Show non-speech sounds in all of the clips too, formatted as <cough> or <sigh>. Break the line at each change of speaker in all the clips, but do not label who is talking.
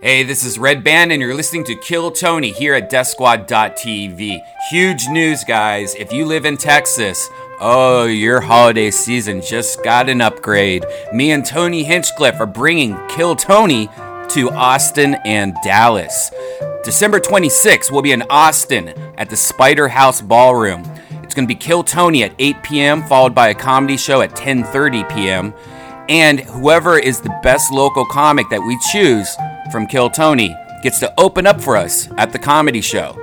Hey, this is Red Band, and you're listening to Kill Tony here at Death Squad.tv. Huge news, guys. If you live in Texas, oh, your holiday season just got an upgrade. Me and Tony Hinchcliffe are bringing Kill Tony to Austin and Dallas. December 26th, we'll be in Austin at the Spider House Ballroom. It's going to be Kill Tony at 8 p.m., followed by a comedy show at 10:30 p.m. And whoever is the best local comic that we choose from Kill Tony gets to open up for us at the comedy show.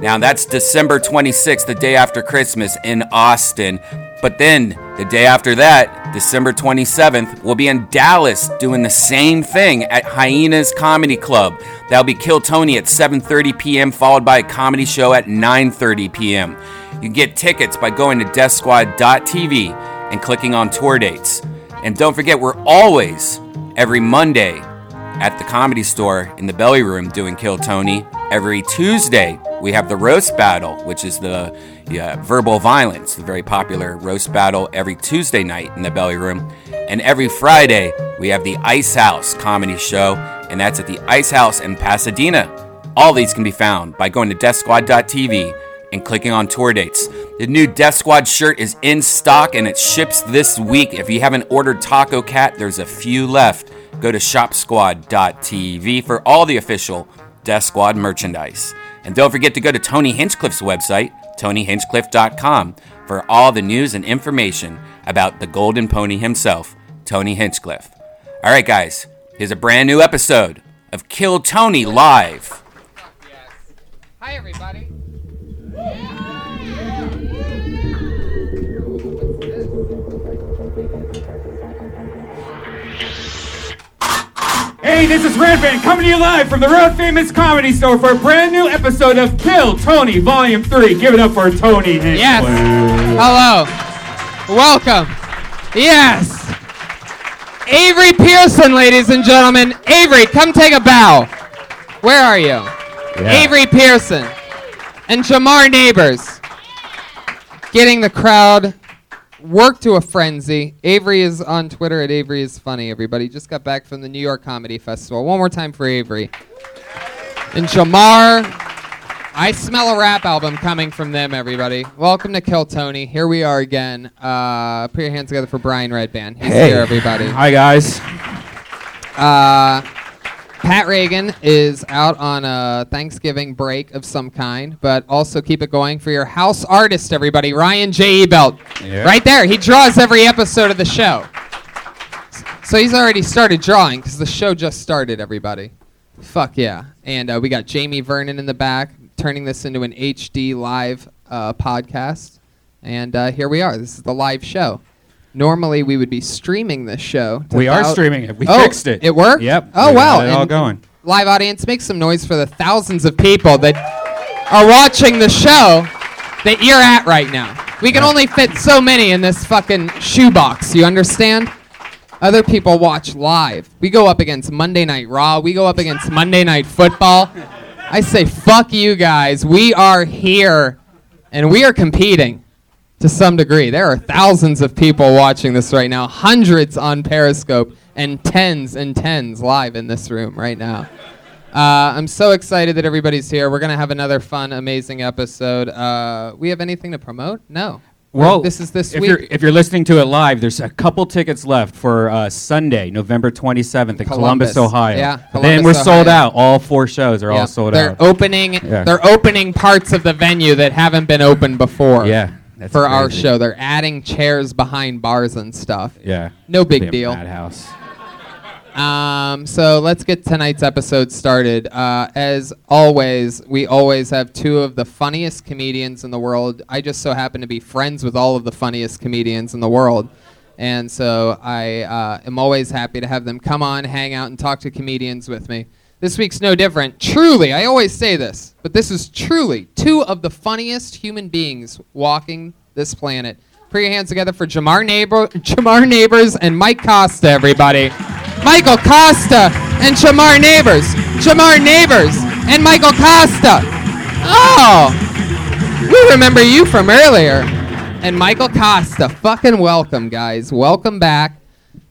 Now that's December 26th, the day after Christmas in Austin. But then the day after that, December 27th, we'll be in Dallas doing the same thing at Hyenas Comedy Club. That'll be Kill Tony at 7:30 p.m. followed by a comedy show at 9:30 p.m. You can get tickets by going to deathsquad.tv and clicking on tour dates. And don't forget, we're always every Monday at the comedy store in the belly room doing Kill Tony. Every Tuesday, we have the roast battle, which is the yeah, verbal violence, the very popular roast battle every Tuesday night in the belly room. And every Friday, we have the Ice House comedy show, and that's at the Ice House in Pasadena. All these can be found by going to deathsquad.tv and clicking on tour dates. The new Death Squad shirt is in stock and it ships this week. If you haven't ordered Taco Cat, there's a few left. Go to shopsquad.tv for all the official Death Squad merchandise. And don't forget to go to Tony Hinchcliffe's website, tonyhinchcliffe.com, for all the news and information about the Golden Pony himself, Tony Hinchcliffe. All right, guys, here's a brand new episode of Kill Tony Live.
Hi, everybody.
Hey, this is Red Band coming to you live from the road famous comedy store for a brand new episode of Kill Tony Volume 3. Give it up for Tony Hinchcliffe.
Yes. Hello. Welcome. Yes. Avery Pearson, ladies and gentlemen. Avery, come take a bow. Where are you? Avery Pearson and Jamar Neighbors. Getting the crowd worked to a frenzy. Avery is on Twitter at Avery is funny, everybody. Just got back from the New York Comedy Festival. One more time for Avery. And Jamar, I smell a rap album coming from them, everybody. Welcome to Kill Tony. Here we are again. Uh, put your hands together for Brian Redband. He's here, everybody.
Hi, guys.
Uh, Pat Reagan is out on a Thanksgiving break of some kind, but also keep it going for your house artist, everybody. Ryan J. E. Belt.
Yeah.
Right there. He draws every episode of the show. S- So he's already started drawing because the show just started, everybody. Fuck yeah. And uh, we got Jamie Vernon in the back turning this into an HD live uh, podcast. And uh, here we are. This is the live show. Normally, we would be streaming this show. to
We are
thou-
streaming it. We
Oh,
fixed it.
It worked?
Yep.
Oh,
We
wow.
got it all
And
going.
Live audience, make some noise for the thousands of people that are watching the show that you're at right now. We can only fit so many in this fucking shoebox, you understand? Other people watch live. We go up against Monday Night Raw. We go up against Monday Night Football. I say, fuck you guys. We are here and we are competing to some degree. There are thousands of people watching this right now, hundreds on Periscope, and tens and tens live in this room right now. Uh, I'm so excited that everybody's here. We're going to have another fun, amazing episode. Uh, we have anything to promote? No.
Well,
this is this
if
week.
You're, if you're listening to it live, there's a couple tickets left for uh, Sunday, November 27th in Columbus,
Columbus.
Ohio.
Yeah,
then
Columbus,
we're sold
Ohio.
out. All four shows are
Yeah.
all sold
they're
out.
opening.
Yeah.
They're opening parts of the venue that haven't been opened before.
Yeah, that's
for our
crazy.
show, they're adding chairs behind bars and stuff.
Yeah.
No big
Damn
deal.
Madhouse.
Um, so let's get tonight's episode started. Uh, as always, we always have two of the funniest comedians in the world. I just so happen to be friends with all of the funniest comedians in the world. And so I uh, am always happy to have them come on, hang out, and talk to comedians with me. This week's no different. Truly, I always say this, but this is truly two of the funniest human beings walking this planet. Put your hands together for Jamar, Neighbor, Jamar Neighbors and Mike Costa, everybody. Michael Costa and Jamar Neighbors. Jamar Neighbors and Michael Costa. Oh, we remember you from earlier. And Michael Costa, fucking welcome, guys. Welcome back.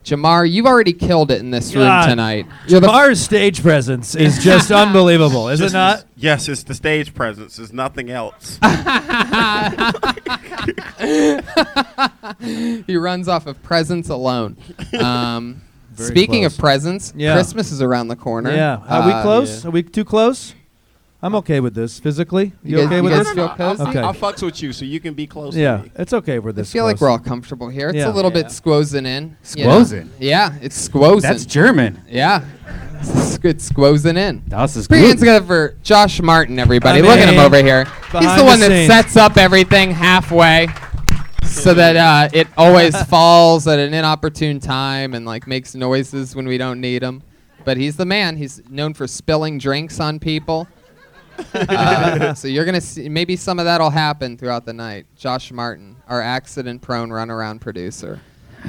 Jamar, you've already killed it in this room
God.
tonight. You're the f-
Jamar's stage presence
<laughs>
<laughs>
is just unbelievable, is it not?
Yes, it's the stage presence. It's nothing
<laughs>
<laughs>
else.
he runs off of presents alone. Um, speaking
close.
of presents,
Yeah.
Christmas is around the corner.
Yeah. Are we
Uh,
close? Are we too close? I'm okay with this physically.
You
You,
guys-
okay
you
with
guys
this?
feel cozy?
Okay.
I fucks with you, so you can be close
Yeah,
to me.
it's okay with
I
this.
feel like
close.
we're all comfortable here. It's
Yeah.
a little
Yeah.
bit squozing in. you know?
Squozing?
Yeah, it's squozing.
That's German.
yeah. It's good squozing in.
Das ist
<laughs> Pretty hands
gut.
together for Josh Martin, everybody.
I
Look at him
mean,
over here. He's
behind
the
the
one that
scenes.
sets up everything halfway so that uh, it always falls at an inopportune time and like makes noises when we don't need him. But he's the man. He's known for spilling drinks on people. Uh, so you're gonna see maybe some of that'll happen throughout the night. Josh Martin, our accident-prone runaround producer.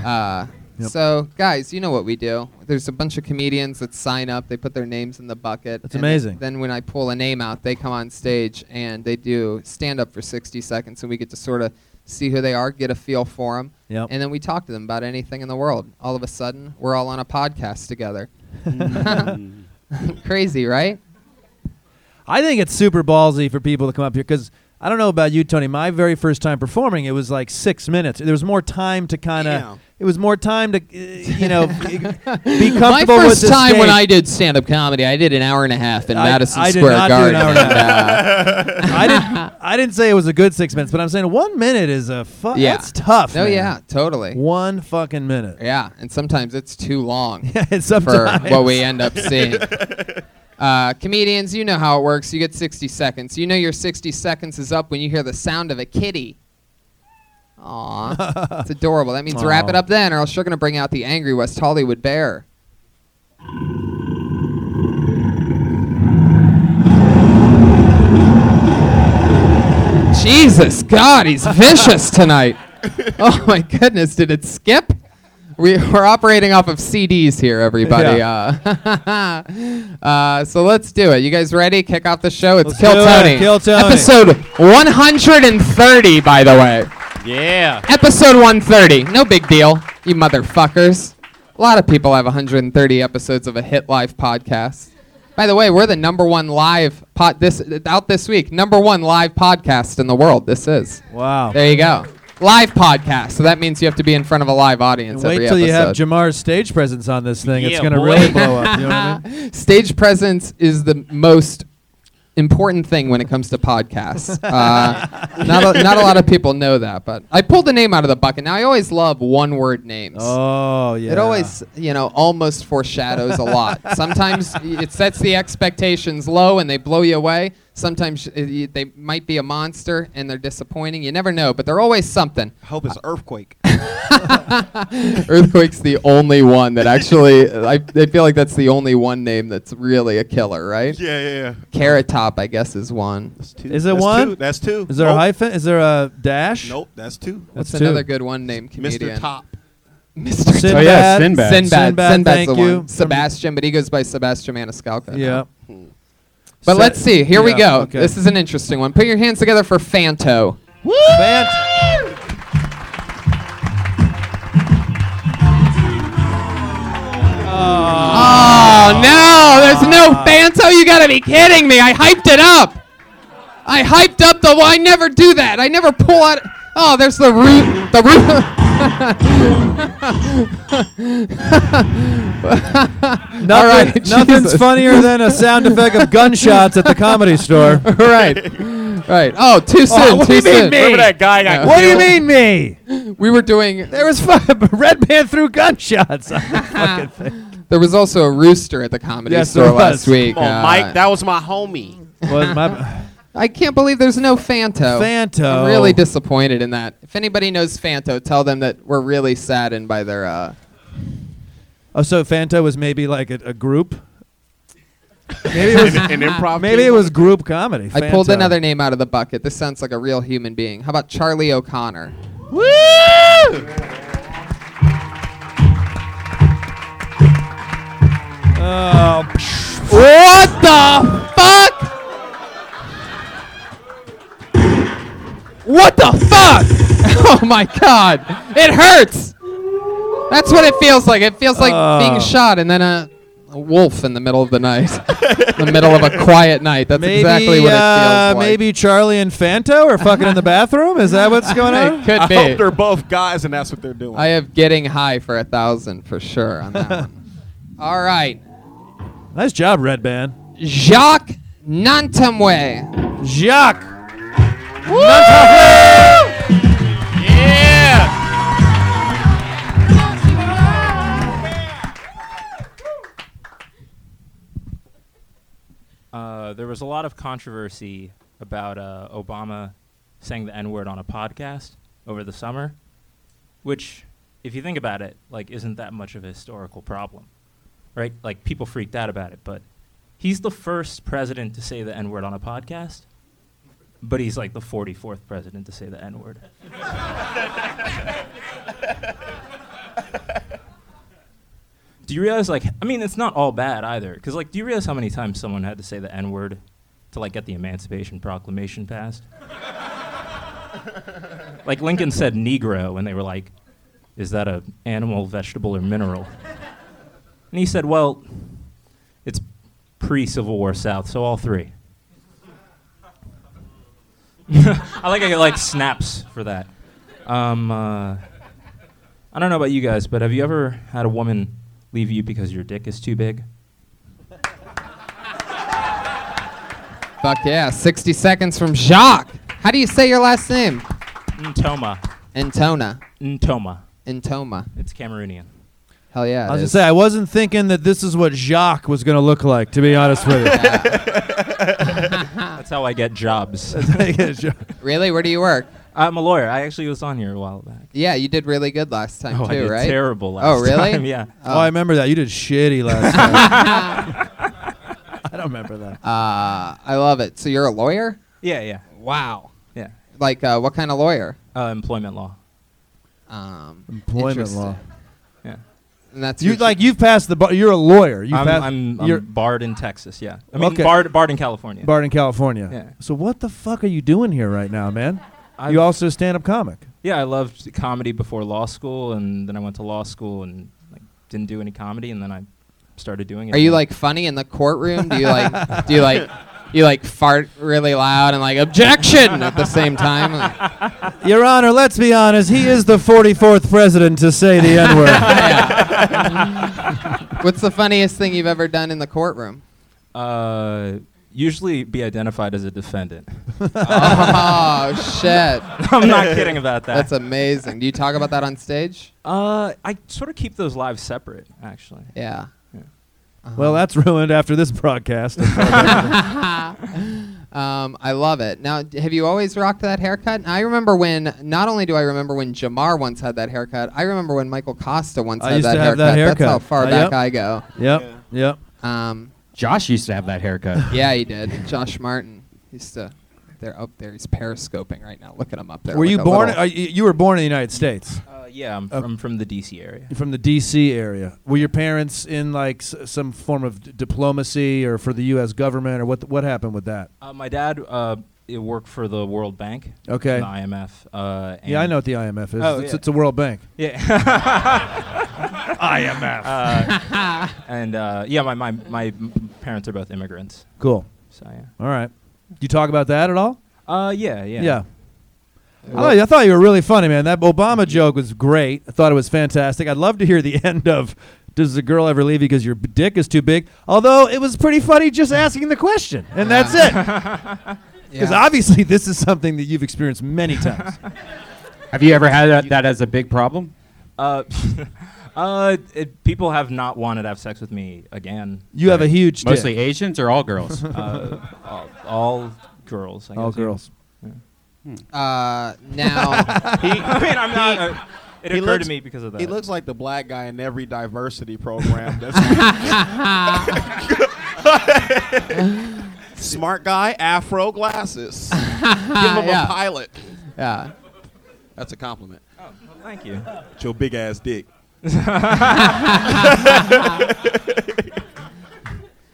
Uh, So, guys, you know what we do. There's a bunch of comedians that sign up. They put their names in the bucket.
That's
and
amazing.
Then when I pull a name out, they come on stage and they do stand up for 60 seconds, and we get to sort of see who they are, get a feel for them,
Yep.
and then we talk to them about anything in the world. All of a sudden, we're all on a podcast
<laughs>
together. <laughs> Crazy, right?
I think it's super ballsy for people to come up here because I don't know about you, Tony. My very first time performing, it was like six minutes. There was more time to kind
Damn.
of. It was more time to, uh, you
<laughs>
know, be comfortable
My
with
first
the
time when
stage.
I did stand up comedy, I did an hour and a half in
I-
Madison
I did
Square
not do an
Garden. <laughs>
hour and a
Uh,
I didn't. I didn't say it was a good six minutes, but I'm saying one minute is a fuck.
Yeah.
That's tough.
no,
man.
yeah, totally.
One fucking minute.
Yeah, and sometimes it's too
<laughs>
long.
it's
for
sometimes.
what we end up
<laughs>
seeing. Uh, comedians, you know how it works. You get 60 seconds. You know your 60 seconds is up when you hear the sound of a kitty. Aw,
<laughs>
it's adorable. That means wrap it
Aw.
up then, or else you're going to bring out the angry West Hollywood bear. Jesus God, he's vicious tonight. <laughs> Oh my goodness, did it skip? We, we're operating off of CDs here, everybody. Uh, <laughs> uh, so let's do it. You guys ready? Kick off the show. It's
Let's
Kill
do it.
Tony.
Kill Tony.
Episode 130, by the way.
Yeah.
Episode 130. No big deal, you motherfuckers. A lot of people have 130 episodes of a hit live podcast. By the way, we're the number one live pod this out this week. Number one live podcast in the world. This is.
wow.
There you go. Live podcast. So that means you have to be in front of a live audience
Wait
every
till
episode.
you have Jamar's stage presence on this thing. it's
Yeah,
gonna
boy.
really blow up. You know what I
<laughs>
mean?
Stage presence is the most important thing when it comes
<laughs>
to podcasts. Uh, not, a, not a lot of people know that, but I pulled the name out of the bucket. Now I always love one word names.
Oh yeah.
It always, you know, almost foreshadows a lot.
<laughs>
Sometimes it sets the expectations low and they blow you away. Sometimes uh, y- they might be a monster and they're disappointing. You never know, but they're always something.
I hope it's earthquake.
<laughs> Earthquake's the only one that actually. I, I feel like that's the only one name that's really a killer, right?
yeah, yeah, yeah.
Carrot Top, I guess, is one.
That's two.
Is it
That's
one?
Two. That's two.
Is there a
nope.
hyphen? Is there a dash?
Nope, that's two.
That's
That's
two.
another good one name comedian.
Mr. Top.
Mr.
Sinbad.
Oh, yeah, Sinbad.
Sinbad.
Sinbad,
Sinbad's
thank
the
you.
one. Sebastian, but he goes by Sebastian Maniscalco. now.
Yeah.
But
So-
let's see. Here we
yeah,
go.
okay.
This is an interesting one. Put your hands together for Fanto.
Fant- Ah.
Oh no! There's no Fanto. You gotta be kidding me! I hyped it up. I hyped up the. I never do that. I never pull out. Oh, there's the root. The root. <laughs>
Nothing,
right,
<laughs> nothing's
Jesus.
funnier than a sound effect of gunshots at the comedy
<laughs>
store.
right. Right. Oh, too soon.
what do
too
you mean
soon.
me? Remember that
guy
got
What do you mean me?
We were doing.
There was
<laughs>
fu- Red Man threw gunshots. on the fucking thing.
There was also a rooster at the comedy
Yes,
store
there
last
was.
week.
Come on,
Uh,
Mike. That was my homie.
Was my
<laughs>
<sighs>
I can't believe there's no Fanto.
Fanto.
I'm really disappointed in that. If anybody knows Fanto, tell them that we're really saddened by their. <laughs> Uh,
oh, so Fanta was maybe like a, a group.
<laughs>
Maybe it was
An improv.
maybe it was group comedy.
I pulled
Fanta.
another name out of the bucket. This sounds like a real human being. How about Charlie O'Connor?
Oh,
What the fuck? <laughs> What the fuck? Oh my god. It hurts. That's what it feels like. It feels like
Oh.
being shot and then a, a wolf in the middle of the night, <laughs> in the middle of a quiet night. That's
Maybe,
exactly what it feels
uh,
like.
Maybe Charlie and Fanto are fucking in the bathroom. Is that what's going
it <laughs>
on?
could
I hope
be.
they're both guys and that's what they're doing.
I am getting high for a thousand for sure on that one.
<laughs>
All right,
Nice job, Red Band.
Jacques Nantamwe.
Jacques.
yeah.
Uh, there was a lot of controversy about uh, Obama saying the N word on a podcast over the summer, which, if you think about it, like isn't that much of a historical problem, right? Like people freaked out about it, but he's the first president to say the N word on a podcast, but he's like the 44th president to say the N word. Do you realize, like, I mean, it's not all bad either. Because, like, do you realize how many times someone had to say the N word to, like, get the Emancipation Proclamation passed? like, Lincoln said Negro, and they were like, is that a animal, vegetable, or mineral? And he said, well, it's pre Civil War South, so all three. I like I get, like, snaps for that. Um, uh, I don't know about you guys, but have you ever had a woman leave you because your dick is too big?
Fuck yeah! 60 seconds from Jacques. How do you say your last name?
Ntoma.
Antona.
Ntoma.
Intoma.
It's Cameroonian.
Hell yeah!
I was
it
gonna
is.
say I wasn't thinking that this is what Jacques was gonna look like. To be honest with you,
That's how I get jobs.
Really? Where do you work?
I'm a lawyer. I actually was on here a while back.
Yeah, you did really good last time
Oh,
too,
I did
right?
terrible last
Oh, really?
time, yeah.
<laughs> oh, I remember that. You did shitty
<laughs>
last time. I don't remember that.
Uh, I love it. So you're a lawyer?
Yeah, yeah.
Wow.
Yeah.
Like, uh, what kind of lawyer?
Uh, employment law.
Um,
Employment
interesting.
law.
Yeah.
<laughs> And that's
You
usually-
like you've passed the bar. You're a lawyer. You
I'm,
passed.
I'm, I'm
you're
barred in Texas, yeah. I mean,
Okay.
barred, barred in California.
barred in California.
Yeah.
So what the fuck are you doing here right now, man?
I've-
you also a stand-up comic.
yeah, I loved comedy before law school, and then I went to law school and like, didn't do any comedy, and then I started doing it.
Are you like funny in the courtroom? Do you like? do you
<laughs>
like? You like fart really loud and like objection at the same time. Like,
Your Honor, let's be honest. He is the 44th president to say the
<laughs>
<laughs>
N-word.
what's the funniest thing you've ever done in the
<laughs>
courtroom?
Uh, usually be identified as a defendant.
<laughs> Oh shit,
<laughs> I'm not kidding about that.
that's amazing. Do you talk about that on
<laughs>
stage? <laughs>
uh, I sort of keep those lives separate, actually.
Yeah.
well, that's ruined after
<laughs>
this broadcast.
Um, I love it. Now, d- have you always rocked that haircut? I remember when. Not only do I remember when Jamar once had that haircut, I remember when Michael Costa once
I
had
used
that,
to have
haircut.
that
That's how
haircut.
far
Uh,
back
yep.
I go.
yep. Yep.
Um,
Josh used to have that haircut.
yeah, he did. Josh Martin used to. They're up there. He's periscoping right now. Look at him up there.
Were
like
you
a
born?
little-
Are you, you were born in the United States.
Uh, yeah, I'm,
Oh.
from from the D.C. area.
You're from the D.C. area. Were your parents in like s- some form of d- diplomacy or for the U.S. government or what? What happened with that?
Uh, my dad uh, it worked for the World Bank,
Okay.
the IMF. Uh, and
yeah, I know what the IMF is.
Oh,
it's,
yeah.
it's a World Bank.
Yeah, <laughs>
IMF.
and uh, yeah, my, my my m- parents are both immigrants,
Cool.
so yeah.
All right. You talk about that at all?
Uh, yeah, yeah.
I thought, I thought you were really funny, man. That Obama joke was great. I thought it was fantastic. I'd love to hear the <laughs> end of Does the girl ever leave you because your b- dick is too big? Although it was pretty funny just asking the question, and
<laughs>
that's it. Because
Yeah.
obviously, this is something that you've experienced many times.
<laughs> Have you ever had that, that as a big problem?
Uh, <laughs> uh, it, people have not wanted to have sex with me again. Uh,
You have a huge dick.
Mostly Asians or all
<laughs>
girls?
All, all girls. I
all
guess, yeah.
girls.
Uh,
<laughs>
now,
I mean, I'm not. uh, it
Hmm. he
occurred
looks-
to me because of that.
He looks like the black guy in every diversity program.
<laughs>
That's <laughs> Smart guy, afro
<laughs>
glasses. Give him
Yeah.
a pilot.
yeah.
That's a compliment.
Oh, Thank you.
It's your big ass
<laughs>
dick.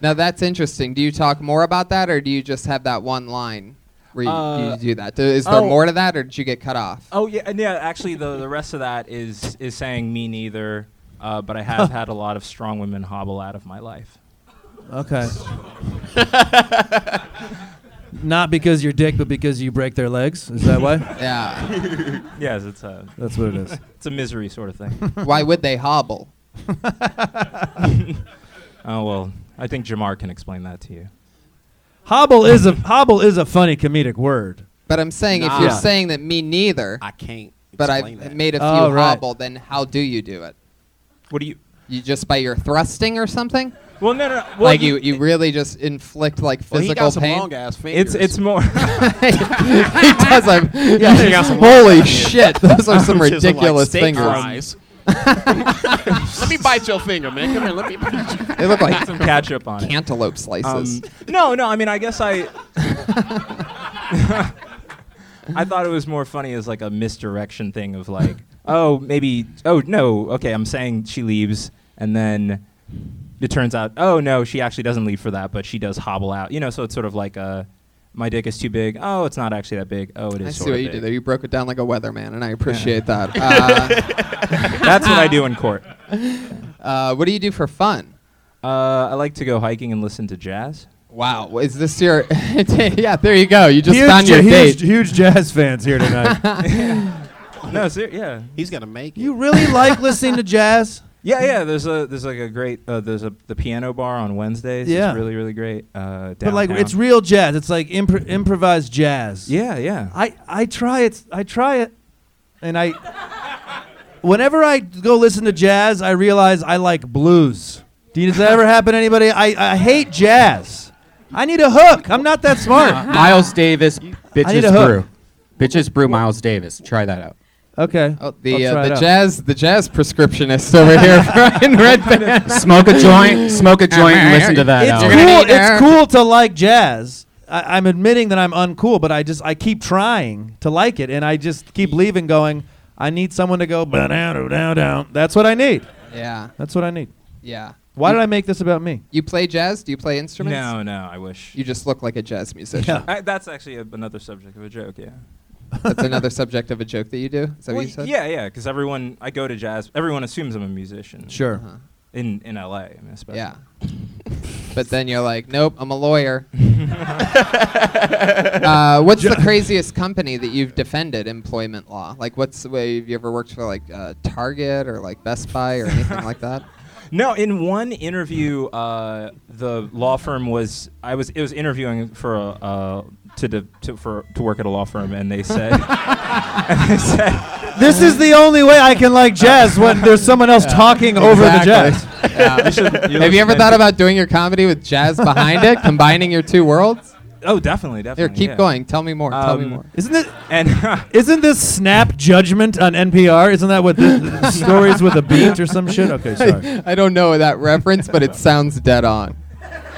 Now that's interesting. Do you talk more about that, or do you just have that one line? where you,
Uh,
you do that? Do- Is there
oh.
more to that, or did you get cut off?
Oh yeah, and yeah. Actually, the the rest of that is is saying me neither. Uh, but I
<laughs>
have had a lot of strong women hobble out of my life.
Okay.
<laughs>
Not because you're dick, but because you break their legs.
<laughs>
Is that why?
Yeah.
Yes, it's uh, a
That's what it is.
<laughs> it's a misery sort of thing.
Why would they hobble?
oh well, I think Jamar can explain that to you.
Hobble is a hobble is a funny comedic word.
But I'm saying if
Nah.
you're
Yeah.
saying <laughs> that me neither,
I can't.
but I
explain that.
have made a few
Oh, right.
hobble, then how do you do it?
What do you?
You just by your thrusting or something?
Well, no, no. no, Well,
like you, you really just inflict like
Well, he
physical
got some
pain.
long ass fingers.
It's it's
<laughs>
more. <laughs>
he does have.
he got some
holy
long-
shit!
<laughs>
Those are some
Which is a, like,
ridiculous
steak
fingers.
fries. let me bite your finger, man. Come here, let me
<laughs>
bite you.
They look like
some ketchup on it. Um,
cantaloupe slices.
<laughs> no, no. I mean, I
<laughs>
guess I. I thought it was more funny as like a misdirection thing of like, oh, maybe, oh no, okay, I'm saying she leaves, and then it turns out, oh no, she actually doesn't leave for that, but she does hobble out, you know. So it's sort of like a, my dick is too big. Oh, it's not actually that big. Oh, it is.
I see
sorta
what you
big.
did there. You broke it down like a weatherman, and I appreciate
<laughs>
that.
That's what I do in court.
Uh, <laughs> uh, what do you do for fun?
Uh, I like to go hiking and listen to jazz.
Wow, is this your? <laughs> yeah, there you go. You just
huge,
found your
ja- huge,
date.
huge jazz fans here tonight.
<laughs>
No, ser- yeah,
He's gonna make it.
<laughs>
you really like listening to jazz?
Yeah, yeah. There's a there's like a great uh, there's a the piano bar on Wednesdays.
Yeah.
it's really really great. Uh,
But like
downtown.
it's real jazz. It's like impro- improvised jazz.
yeah, yeah.
I I try it. I try it, and I. Whenever I go listen to jazz, I realize I like blues. Do you, does that ever happen to anybody? I, I hate jazz. I need a hook. I'm not that
<laughs>
smart.
Miles Davis,
need
bitches
a hook.
brew, bitches brew. Miles Davis, try that out.
Okay.
Oh, the
I'll try
uh,
it
the
out.
jazz the jazz prescriptionist over
<laughs>
here in red band.
Smoke a joint, smoke a joint, and listen to that.
It's
Alex.
cool.
need air.
It's cool to like jazz. I, I'm admitting that I'm uncool, but I just I keep trying to like it, and I just keep leaving going. I need someone to go down down down. That's what I need.
Yeah,
That's what I need.
yeah.
Why did I make this about me?
You play jazz? Do you play instruments?
No, no. I wish.
You just look like a jazz musician.
I, that's actually a, another subject of a joke. Yeah.
That's another subject of a joke that you do. Is that
Well,
what you said?
yeah, yeah. Because everyone I go to jazz. Everyone assumes I'm a musician.
Sure.
Uh-huh.
In in LA, I mean, especially.
Yeah. but then you're like, nope, I'm a
<laughs>
lawyer. uh, what's
<laughs>
the craziest company that you've defended employment law? Like, what's the way have you ever worked for like uh, Target or like Best Buy or anything like
<laughs>
that?
No, in one interview, uh, the law firm was I was it was interviewing for a uh, to, de- to for to work at a law firm, and they said, <laughs> and they said
This is the only way I can like jazz when there's someone else talking over the jazz.
Exactly. Yeah. <laughs> have you ever thought about doing your comedy with jazz behind it, combining your two
<laughs>
worlds?
Oh, definitely,
Here,
definitely.
keep
yeah.
going. Tell me more. Tell me
Um,
more.
Isn't it?
And
Isn't this snap judgment on NPR? Isn't that
<laughs>
what this stories with a beat or some shit? Okay, sorry.
I don't know that reference, but it sounds dead on.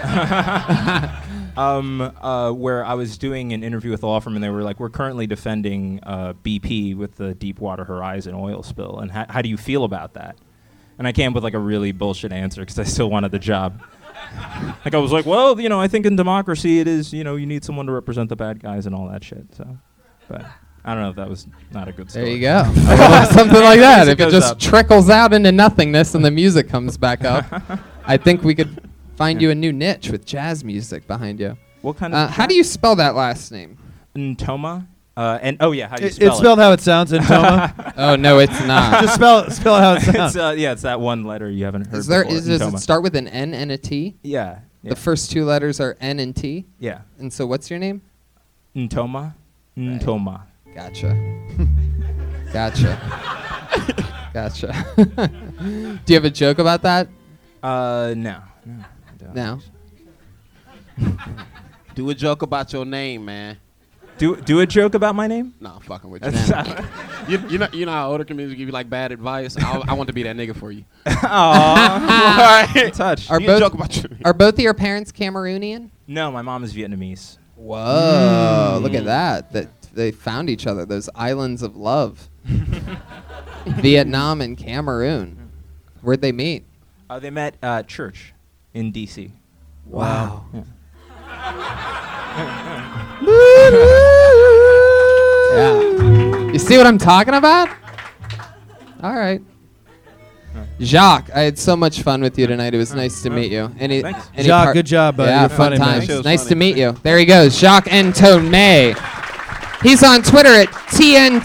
<laughs> um, uh, where I was doing an interview with a law firm, and they were like, "We're currently defending uh, BP with the Deepwater Horizon oil spill, and how how do you feel about that?" And I came up with like a really bullshit answer because I still wanted the job. <laughs> like I was like, "Well, you know, I think in democracy, it is you know you need someone to represent the bad guys and all that shit." So, but I don't know if that was not a good
There
story.
you
<laughs>
<laughs>
go. <laughs> Something like that. If it
Music goes
just
up.
trickles out into nothingness
<laughs>
and the music comes back up, I think we could find you a new niche with jazz music behind you.
What kind
Uh,
of
how do you spell that last name?
Ntoma? Uh, and oh yeah, how do you
It-
spell
it's spelled how
<laughs>
it sounds in Toma.
Oh no, it's not.
Just spell spell how it
it's
sounds.
uh, yeah, it's that one letter you haven't heard.
is there?
before,
Is, does
Ntoma.
it start with an N and a T?
Yeah. Yeah.
The first two letters are N and T.
yeah.
And so, what's your name?
Ntoma. Ntoma.
Gotcha. gotcha. gotcha. <laughs> do you have a joke about that?
Uh, no. No. I don't.
No.
Do a joke about your name, man.
Do do a joke about my name?
Nah, I'm fucking with you. you. You know, you know how older comedians give you like bad advice. I, I want to be that nigga
<laughs>
for you.
<laughs>
<laughs>
<laughs>
Aw. <laughs> Touch.
Are
you
both
joke about your name.
are both of your parents Cameroonian?
No, my mom is Vietnamese.
Whoa! Look
Mm.
at that. That they found each other. Those islands of love. <laughs> Vietnam and Cameroon. Where'd they meet?
Uh, they met uh, at church in D.C.
Wow. see what I'm talking about? All right. Jacques, I had so much fun with you tonight. It was nice to meet you. Any,
Thanks.
any
Jacques, good job, buddy.
Yeah,
You're
fun
funny, man.
times.
That show's
Nice to
funny.
meet you. There he goes, Jacques Antone. He's on Twitter at TNTONME.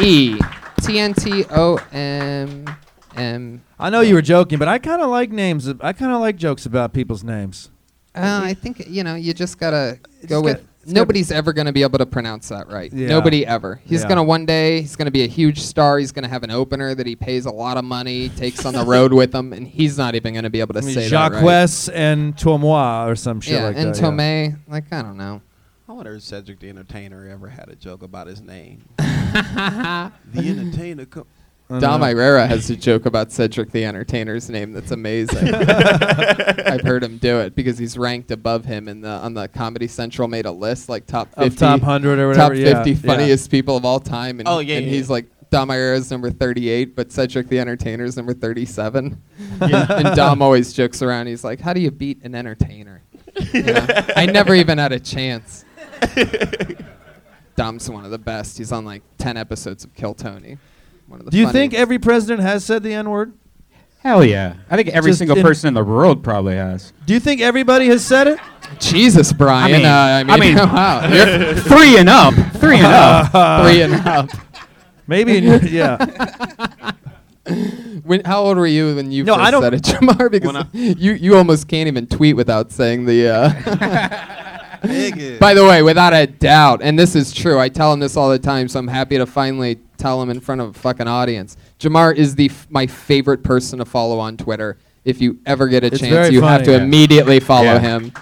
E. TNTONME.
I know you were joking, but I kind of like names. I kind of like jokes about people's names.
Uh, I think you know you just gotta go
got-
with.
it's gotta
Nobody's ever gonna be able to pronounce that right.
Yeah.
Nobody ever. He's
Yeah.
gonna one day. He's gonna be a huge star. He's gonna have an opener that he pays a lot of money, takes on the road with him, and he's not even gonna be able to
I mean,
say
Jacques
that right.
West and Tomois or some shit
yeah,
like
and
that. yeah.
Tomei. Like I don't know.
I wonder if Cedric the Entertainer ever had a joke about his name.
<laughs>
the Entertainer. Co-
I
Dom
know.
Irera <laughs> has a joke about Cedric the Entertainer's name that's
<laughs>
amazing. I've heard him do it because he's ranked above him in the on the Comedy Central made a list like top 50
Of top 100 or
top
whatever.
50
yeah, yeah.
funniest people of all time. And,
Oh, yeah,
and
yeah,
he's
yeah.
like, Dom Irera's number 38, but Cedric the Entertainer's number 37. <laughs> and Dom always jokes around. He's like, How do you beat an entertainer? You know? I never even had a
<laughs>
chance. Dom's one of the best. He's on like 10 episodes of Kill Tony. One of the
Do you think
funniest.
every president has said the N word?
Hell yeah. I think every
Just
single
in-
person in the world probably has.
Do you think everybody has said it?
Jesus, Brian.
mean-
uh, I mean, <laughs>
I <laughs> mean-
wow. You're
Three and up.
<laughs>
Three and
<laughs>
up.
three and up.
Maybe. in your- yeah.
<laughs> When, how old were you when you
No,
first
I don't-
said it, <laughs> Jamar? Because
When I-
you, you almost can't even tweet without saying the. Uh, by the way, without a doubt, and this is true. I tell him this all the time, so I'm happy to finally tell him in front of a fucking audience. Jamar is the f- my favorite person to follow on Twitter. If you ever get a
It's
chance,
very
you have
funny,
to
yeah.
immediately follow
Yeah.
him.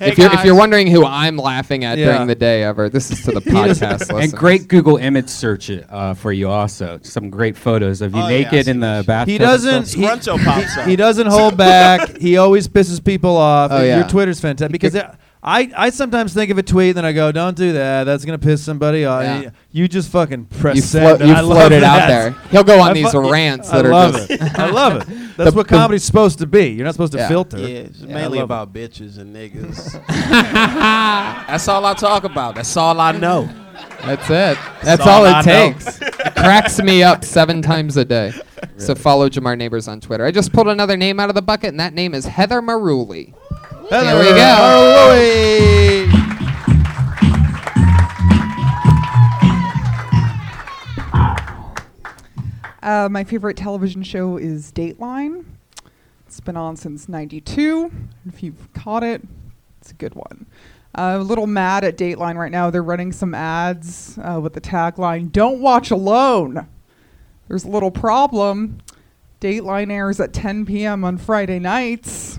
if you're if you're wondering who I'm laughing at
Yeah.
during the day ever, this is
<laughs>
to the
does-
podcast.
And
listeners.
great Google image search it, uh, for you also. Some great photos of you
Oh, yeah, I
naked
see
in the
that.
bathtub.
He
and
doesn't.
stuff.
He,
Scruncho pops up.
he doesn't
<laughs>
<laughs>
hold back. He always pisses people off.
Oh,
And
yeah.
Your Twitter's fantastic because I, I sometimes think of a tweet and then I go, "Don't do that. That's gonna piss somebody off."
Yeah.
You just fucking press
you,
send.
float
and
you
I love
float it out
that.
there. He'll go on
I
these
fu-
rants
I
that
love
are just.
it.
<laughs>
I love it. That's what comedy's supposed to be. You're not supposed to
Yeah.
filter.
Yeah, it's
I
mainly
love
about bitches and niggas. <laughs> That's all I talk about. That's all I know.
That's it. That's
all
all,
I
it
know.
takes. It cracks me up seven times a day. So follow Jamar Neighbors on Twitter. I just pulled another name out of the bucket, and that name is Heather Maruli. There we go.
Uh, my favorite television show is Dateline. It's been on since 92. If you've caught it, it's a good one. Uh, I'm a little mad at Dateline right now. They're running some ads uh, with the tagline, Don't watch alone. There's a little problem. Dateline airs at 10 p.m. on Friday nights.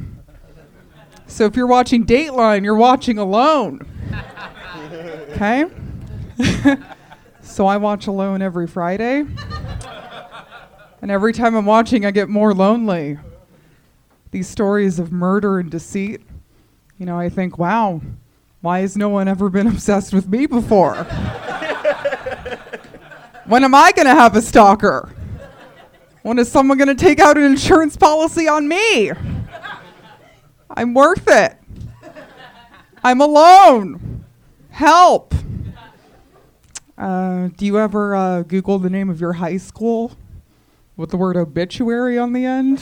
So if you're watching Dateline, you're watching alone. Okay? <laughs> so I watch alone every Friday. And every time I'm watching, I get more lonely. These stories of murder and deceit, you know, I think, wow, why has no one ever been <laughs> obsessed with me before? <laughs> when am I going to have a stalker? When is someone going to take out an insurance policy on me? I'm worth it. I'm alone. Help. Uh, do you ever uh, Google the name of your high school? with the word obituary on
<laughs>
the end.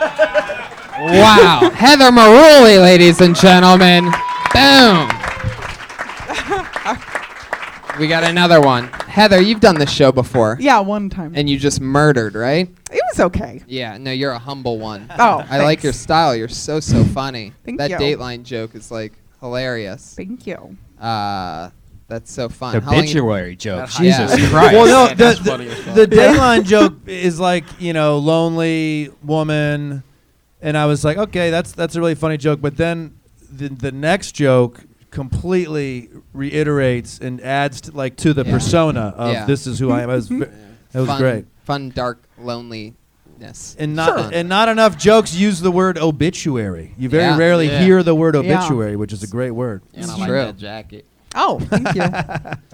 Wow. <laughs> Heather Maruli, ladies and gentlemen. Boom. We got <laughs> another one. Heather, you've done this show before.
Yeah, one time.
And you just murdered, right?
it was okay.
Yeah, no, you're a humble one.
Oh,
I like
thanks.
your style. You're so so funny.
Thank
that
you.
Dateline joke is like hilarious.
Thank you.
Uh, that's so fun.
The
How long you-
obituary joke.
That high-
Jesus
Yeah.
Christ.
Well, no,
Yeah, that's
the,
funny as fuck.
the, the
<laughs>
<laughs>
Dateline joke is like you know, lonely woman, and I was like, okay, that's that's a really funny joke. But then the the next joke completely reiterates and adds to, like to the
Yeah.
persona of
Yeah.
this is who I am. That was, ve-
<laughs>
that was
fun,
great.
Fun, dark loneliness.
And not
Fun.
and not enough jokes use the word obituary. You very
Yeah.
rarely
Yeah.
hear the word
Yeah.
obituary, which is a great word.
And I
It's
like
true.
that jacket.
Oh, thank you.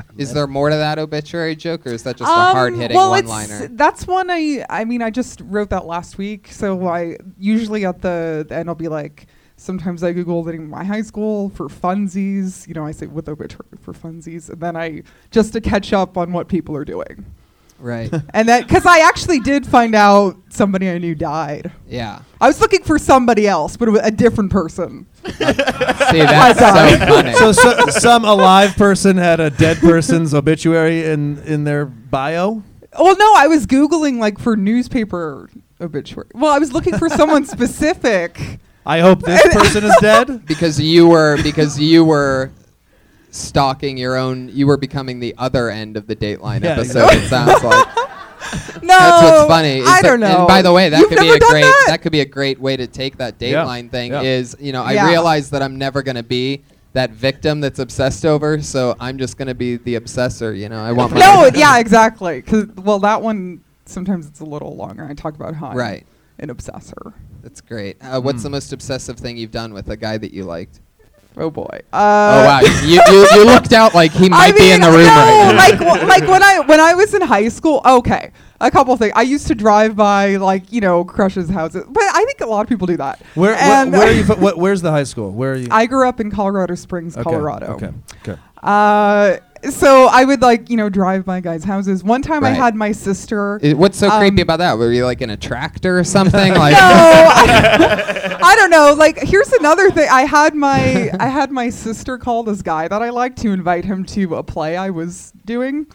<laughs> is there more to that obituary joke, or is that just a
Um,
hard hitting
well,
one
it's- <laughs>
liner?
That's one I. I mean, I just wrote that last week, so I usually at the, the end I'll be like, Sometimes I Google that in my high school for funsies. You know, I say with obituary for funsies, and then I just to catch up on what people are doing.
Right.
And that because I actually did find out somebody I knew died.
yeah.
I was looking for somebody else, but it was a different person.
See, that's so funny.
so, so some alive person had a dead person's obituary in in their bio.
Well, no, I was googling like for newspaper obituary. Well, I was looking for
<laughs>
someone specific.
I hope this person is
<laughs>
dead.
because you were because you were stalking your own. You were becoming the other end of the Dateline
Yeah,
episode. It sounds
<laughs>
like.
No,
That's what's funny. is
I
that-
don't know.
And by the way, that
You've
could be
never
a
done
great
that?
that? could be a great way to take that
Yeah,
Dateline thing.
yeah.
Is you know
Yeah.
I realize that I'm never gonna be that victim that's obsessed over, so I'm just gonna be the obsessor. You know, I want my
no, yeah, exactly. 'Cause- well, that one sometimes it's a little longer. I talk about how I'm
Right.
an obsessor.
That's great. Uh, what's
Hmm.
the most obsessive thing you've done with a guy that you liked?
Oh boy. Uh,
oh wow, you, you
<laughs>
you looked out like he might
I
be in the
mean,
room
no,
right now.
like w- like
<laughs>
when I when I was in high school. Okay, a couple things. I used to drive by like you know crushes houses, but I think a lot of people do that.
Where where,
And-
where are you? fro- What, where's the high school? Where are you?
Um, I grew up in Colorado Springs,
Okay,
Colorado.
Okay. Okay.
Uh, so I would like you know drive by guys' houses. One time I
Right.
had my sister.
It- what's so
Um,
creepy about that? Were you like in a tractor or something? Like <laughs>
<laughs> no, I, Oh, I don't know. Like, here's another thing. I had my I had my sister call this guy that I liked to invite him to a play I was doing,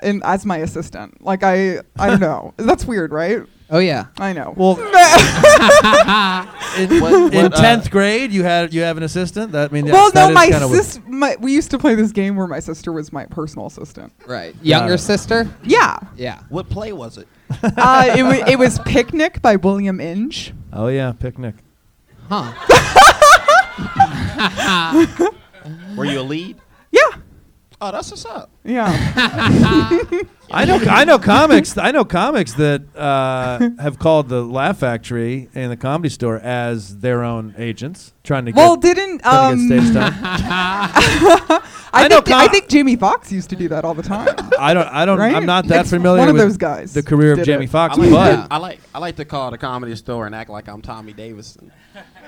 and as my assistant. Like, I I
<laughs>
don't know. That's weird, right?
oh yeah,
I
<laughs>
know. <laughs>
Well, in,
What-
in
what, uh,
tenth grade, you had you have an assistant. That I mean,
well,
that's-
no,
that
my
is kinda what-
sis. My, we used to play this game where my sister was my personal assistant.
right. Younger
it.
sister? <laughs>
Yeah,
Yeah.
What play was it?
uh, it, wa it was Picnic by William Inge.
Oh yeah,
<laughs>
picnic.
Huh.
Were you a lead?
Yeah,
Oh, that's what's up.
yeah.
I know, I know comics. I know comics that uh, have called the Laugh Factory and the Comedy Store as their own agents, trying to
well,
get,
didn't
trying to
um,
get stage time.
<laughs> I,
<laughs>
I know
think I
com-
think Jamie Fox used to do that all the time.
I don't. I don't.
Right?
I'm not that
It's
familiar
one of
with
those guys
the career of
did
Jamie
it.
Fox,
I like,
but
Yeah.
I like I like to call the comedy store and act like I'm Tommy
<laughs>
Davidson.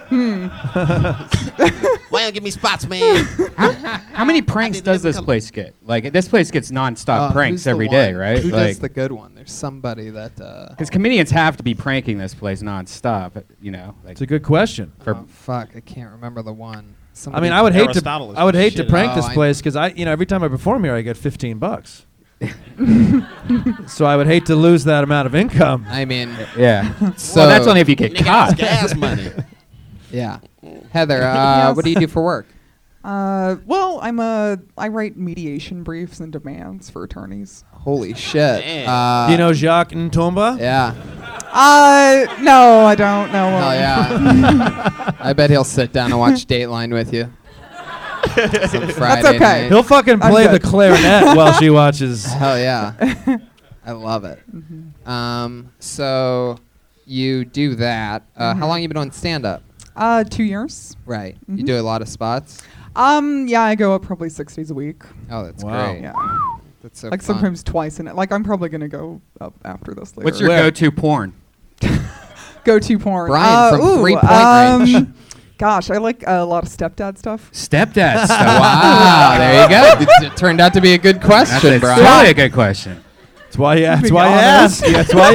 Hmm.
Why don't give me spots, man?
How many pranks
didn't
does
even
this
come-
place get? Like this place gets nonstop
Uh, who's
pranks
the
every
one-
day, right?
Who
like,
does the good one? There's somebody that. Uh,
Because comedians have to be pranking this place nonstop, you know. Like
it's a good question.
for
oh, fuck, I can't remember the one.
I
Somebody
mean, I would hate to.
Aristotle is
I would hate to
shit.
prank
Oh,
this
I-
place because I, you know, every time I perform here, I get 15
<laughs>
bucks. so I would hate to lose that amount of income.
I mean,
yeah.
so
well, that's only if you get
Nigga, that's
caught.
gas money.
<laughs> yeah. Heather, uh, what do <laughs> you do for work?
Uh, well, I'm a I write mediation briefs and demands for attornees.
Holy shit.
Man.
Uh,
Do you know Jacques Ntumba?
Yeah.
Uh, no, I don't know.
Oh
him.
yeah.
<laughs>
<laughs>
I bet he'll sit down and watch Dateline with you. Some Friday
okay.
night.
He'll fucking
I'm
play
good.
the
<laughs>
clarinet while she watches.
Hell yeah. I love it.
Mm-hmm.
Um, so you do that. Uh, How long you been on stand up?
Mm-hmm. Uh, two years. Mm-hmm.
Right. You do a lot of spots.
Um, yeah, I go up probably six days a week.
Oh, that's
Wow.
great.
Yeah,
That's so
like
fun.
sometimes twice in it. Like I'm probably gonna go up after this later.
What's your
Where?
go-to porn?
go-to porn?
Brian
Uh,
from
ooh,
Three Point
um,
Range.
<laughs> Gosh, I like uh, a lot of stepdad stuff.
<laughs> Stepdad. stuff.
Wow, Ah, there you go. It, it turned out to be a good
That's
question,
a,
Brian.
totally a good question.
That's why. Yeah. That's
Being
why I
honest.
asked. Yeah,
<laughs>
that's why I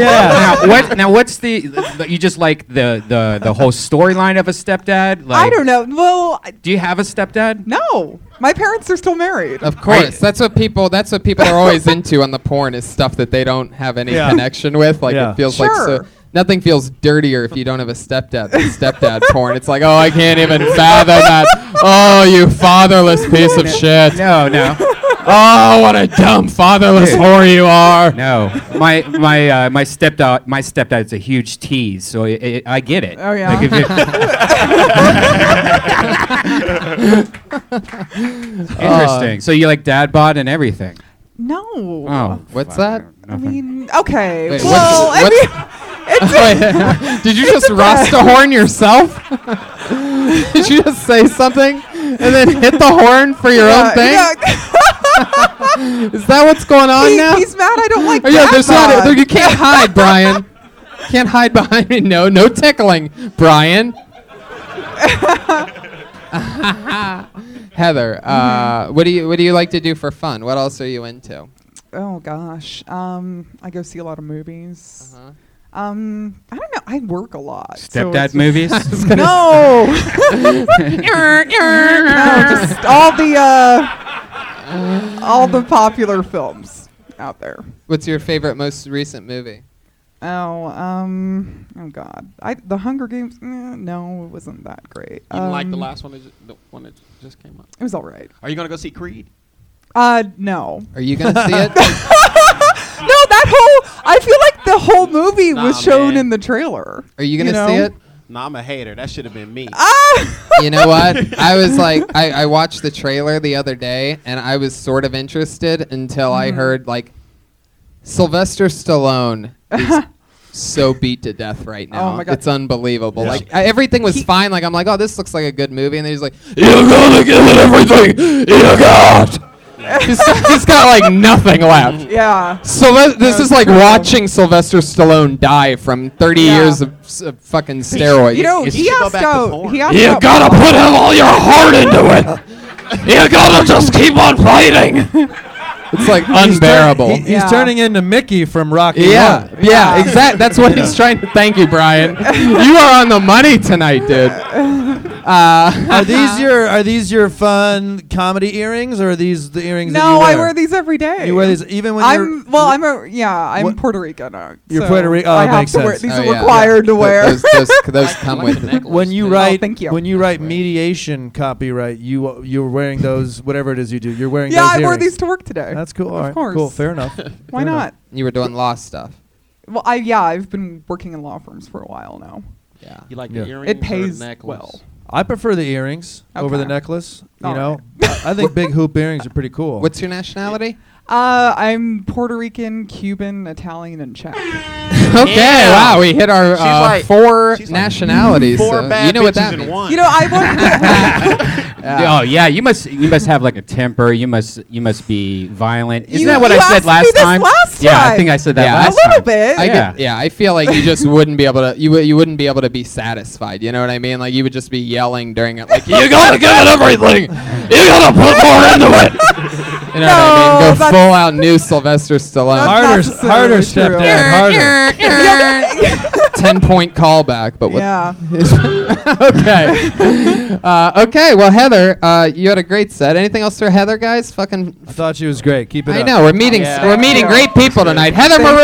now,
asked.
what, now, what's the, the you just like the the the whole storyline of a stepdad? Like,
I don't know. Well, I-
Do you have a stepdad?
no, my parents are still married.
Of course, that's what people. That's what people are always into on the porn is stuff that they don't have any
Yeah.
connection with. Like
Yeah.
it feels like
Sure.
so. Nothing feels dirtier if you don't have a stepdad than stepdad porn. It's like, oh, I can't even fathom that. <laughs> Oh, <laughs> you fatherless piece
<laughs>
of <laughs> shit.
No, no,
<laughs> Oh, what a dumb fatherless
Dude.
whore you are.
no. My my uh, my stepdad my stepdad's a huge tease, so i i I get it.
Oh, yeah.
Like, if it- Interesting. So you <laughs> like dad bod and everything?
No.
Oh,
What's
fuck,
that?
I
nothing.
mean, okay.
Wait,
well,
what's-
I
what's-
mean, <laughs> it's
Wait, <laughs> did you just rasta horn yourself? <laughs> did you just say something and then hit the horn for your own thing? <laughs> Is that what's going on
He-
now?
He's mad. I don't like.
Oh yeah,
that
there's not.
bod.
There, you can't hide, Brian. Can't hide behind me. No, no tickling, Brian. <laughs> Heather, uh, what do you what do you like to do for fun? What else are you into?
Oh gosh, um, I go see a lot of movies.
Uh-huh.
Um, I don't know. I work a lot. so
Stepdad
it's- <laughs>
movies. <laughs>
No, <laughs> no, just all the uh, all the popular films out there.
What's your favorite most recent movie?
Oh, um, oh God, I the Hunger Games. eh, no, it wasn't that great.
You didn't like the
Um,
last one, that ju- the one that just came out.
It was all right.
Are you gonna go see Creed?
Uh, no,
Are you gonna see it?
<laughs> no, that whole I feel like the whole movie
Nah,
was shown
man.
in the trailer.
Are you gonna
know?
see it?
No, I'm a hater. That should have been me.
Ah!
<laughs> You know what? I
<laughs>
was like, I, I watched the trailer the other day, and I was sort of interested until
Mm-hmm.
I heard like Sylvester Stallone
<laughs>
is so beat to death right now.
Oh my God.
It's unbelievable.
Yeah.
Like I, everything was fine. Like I'm like, oh, this looks like a good movie, and then he's like,
You're gonna give it everything you
<laughs>
got.
he's, he's got like nothing left.
Yeah.
Sylve- this
was
is like
terrible.
watching Sylvester Stallone die from 30
Yeah.
years of, s- of fucking steroids.
You know,
You should
he
go
asked
back to
out.
porn.
He asked
You
out.
gotta put in all your heart into it. You gotta just keep on fighting.
it's like
He's turn-
unbearable.
he- he's
Yeah.
turning into Mickey from Rocky.
yeah,
One.
yeah, exact. That's what he's trying to. Thank you, <laughs> Brian. you are on the money tonight,
<laughs>
dude. Uh,
Are these your Are these your fun comedy earrings, or are these the earrings? that
No,
you
I
wear?
wear these every day.
You wear these even when
I'm
you're.
well. I'm a yeah. I'm
What-
Puerto Rican. uh,
You're
so
Puerto Rican- oh,
I have
makes
to wear.
sense.
These
Oh,
are
yeah.
required to
Th-
wear.
Those,
<laughs>
those,
<laughs>
those come with it.
when you
Oh,
write,
thank you.
when you write
That's weird.
mediation copyright, you you're wearing those whatever it is you do. You're wearing.
yeah,
those
I wore
earrings.
these to work today.
That's cool. All right,
course.
cool. Fair enough.
Why
Fair enough.
not?
You were doing law stuff.
Well, I yeah, I've been working in law firms for a while now.
Yeah.
You like
Yeah.
the earrings?
It
or the
pays
necklace?
well.
I prefer the earrings over the
Okay.
necklace. You
All
know, I I think big hoop earrings are pretty cool.
What's your nationality?
Uh, I'm Puerto Rican, Cuban, Italian, and Czech.
<laughs> okay, wow, we hit our uh,
like-
four
she's like
<laughs>
nationalities.
Four
so
bad
you know
bitches
what that
in
means.
one.
You know, I
<laughs>
wanted. To,
Oh yeah, you must you must have like a temper. You must you must be violent. Isn't
You-
that what
you
I said
asked me
last
this
time?
last
Yeah, I
time.
think I said that
Yeah.
a
last
little
time.
bit.
I
Yeah.
yeah. yeah, I feel like
<laughs>
you just wouldn't be able to you wou- you wouldn't be able to be satisfied. You know what I mean? Like you would just be yelling during it. Like you know
You gotta give it everything. You gotta put more
<laughs>
<laughs>
into it.
what I
No,
mean? Go
that's-
full out new Sylvester Stallone.
harder,
That's- not
harder,
necessarily true.
stepdad,
<laughs>
harder.
<laughs> Ten point callback, but what? <laughs>
yeah.
<laughs>
okay. Uh, okay. Well, Heather, uh, you had a great set. Anything else for Heather, guys? Fucking.
I thought she was great. Keep it
I
up.
know we're meeting
Yeah.
we're meeting
Yeah.
great people tonight. Heather
Thank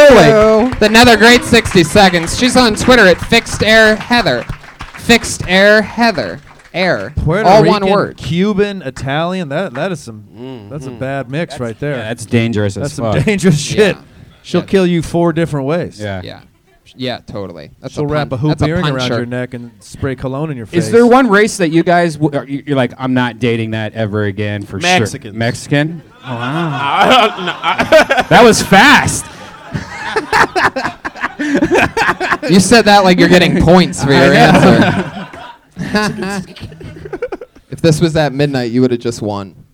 Maruli,
you.
another great 60 seconds. She's on Twitter at fixed air Heather, fixed air Heather, air
Puerto
all
Rican,
one word. Mm-hmm.
Cuban, Italian. That that is some. That's a bad mix right there.
Yeah, that's dangerous
That's
as
some
fuck.
dangerous shit.
Yeah.
She'll
Yeah.
kill you four different ways.
yeah.
Yeah. Yeah, totally. That's
She'll
a
wrap
pun-
a hoop
that's
earring around
puncher.
your neck and spray cologne in your face.
Is there one race that you guys w- are, you- you're like I'm not dating that ever again for sure?
Mexicans.
Mexican. Wow. <laughs> that was fast.
You said that like you're getting points
<laughs>
for your answer. <laughs> if this was at midnight, you would have just
<laughs>
won.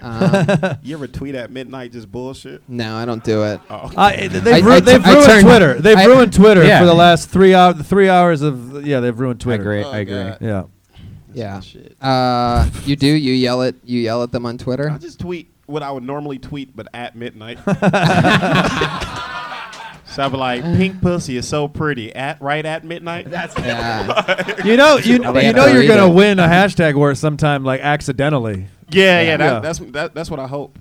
Um,
You ever tweet at midnight just bullshit? Oh,
no, I don't do it.
I,
I-
Uh, they've ru-
I-
they've
I
ruined
turned-
Twitter. They've
I-
ruined Twitter
Yeah.
for the last three hour, three hours of yeah. They've ruined
I
Twitter.
agree.
Oh,
I agree.
God.
Yeah.
Yeah.
Shit.
Uh, you do. You yell at you yell at them on
I
Twitter.
just tweet what I would normally tweet, but at
<laughs>
midnight. <laughs> so I be like, "Pink pussy is so pretty." At right at midnight. That's
Yeah.
<laughs>
You know, you, you
I'll have
know
to
you're
read
gonna
it.
win a hashtag war sometime, like accidentally.
yeah, yeah. that,
Yeah.
That's that, that's what I hope.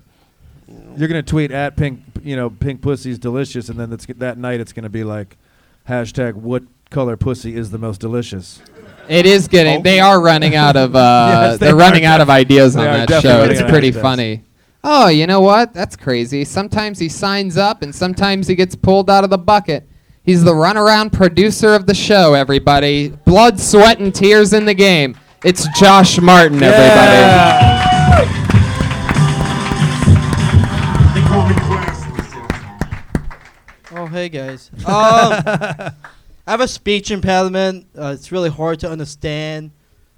You're gonna tweet at pink, you know, pink pussy's delicious, and then that's, that night it's gonna be like, hashtag what color pussy is the most delicious.
It is getting. They are running out
<laughs>
of. Uh,
Yes, they
they're
are
running out of ideas on
They are
that
definitely
show.
running
It's
out of
pretty
ideas.
<laughs>
funny. Oh, you know what? That's crazy. Sometimes he signs up, and sometimes he gets pulled out of the bucket. He's the runaround producer of the show. Everybody, blood, sweat, and tears in the game. It's Josh Martin, everybody.
Oh, hey guys. Um, I have a speech impediment. Uh, it's really hard to understand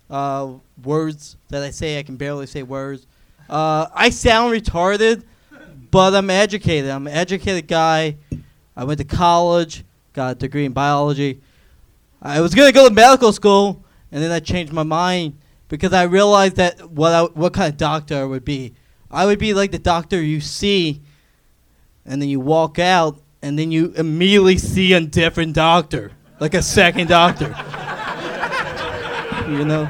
uh, words that I say. I can barely say words. Uh, I sound retarded, but I'm educated. I'm an educated guy. I went to college, got a degree in biology. I was going to go to medical school, and then I changed my mind because I realized that what I, what kind of doctor I would be. I would be like the doctor you see, and then you walk out, and then you immediately see a different doctor, like a second doctor. <laughs> you know.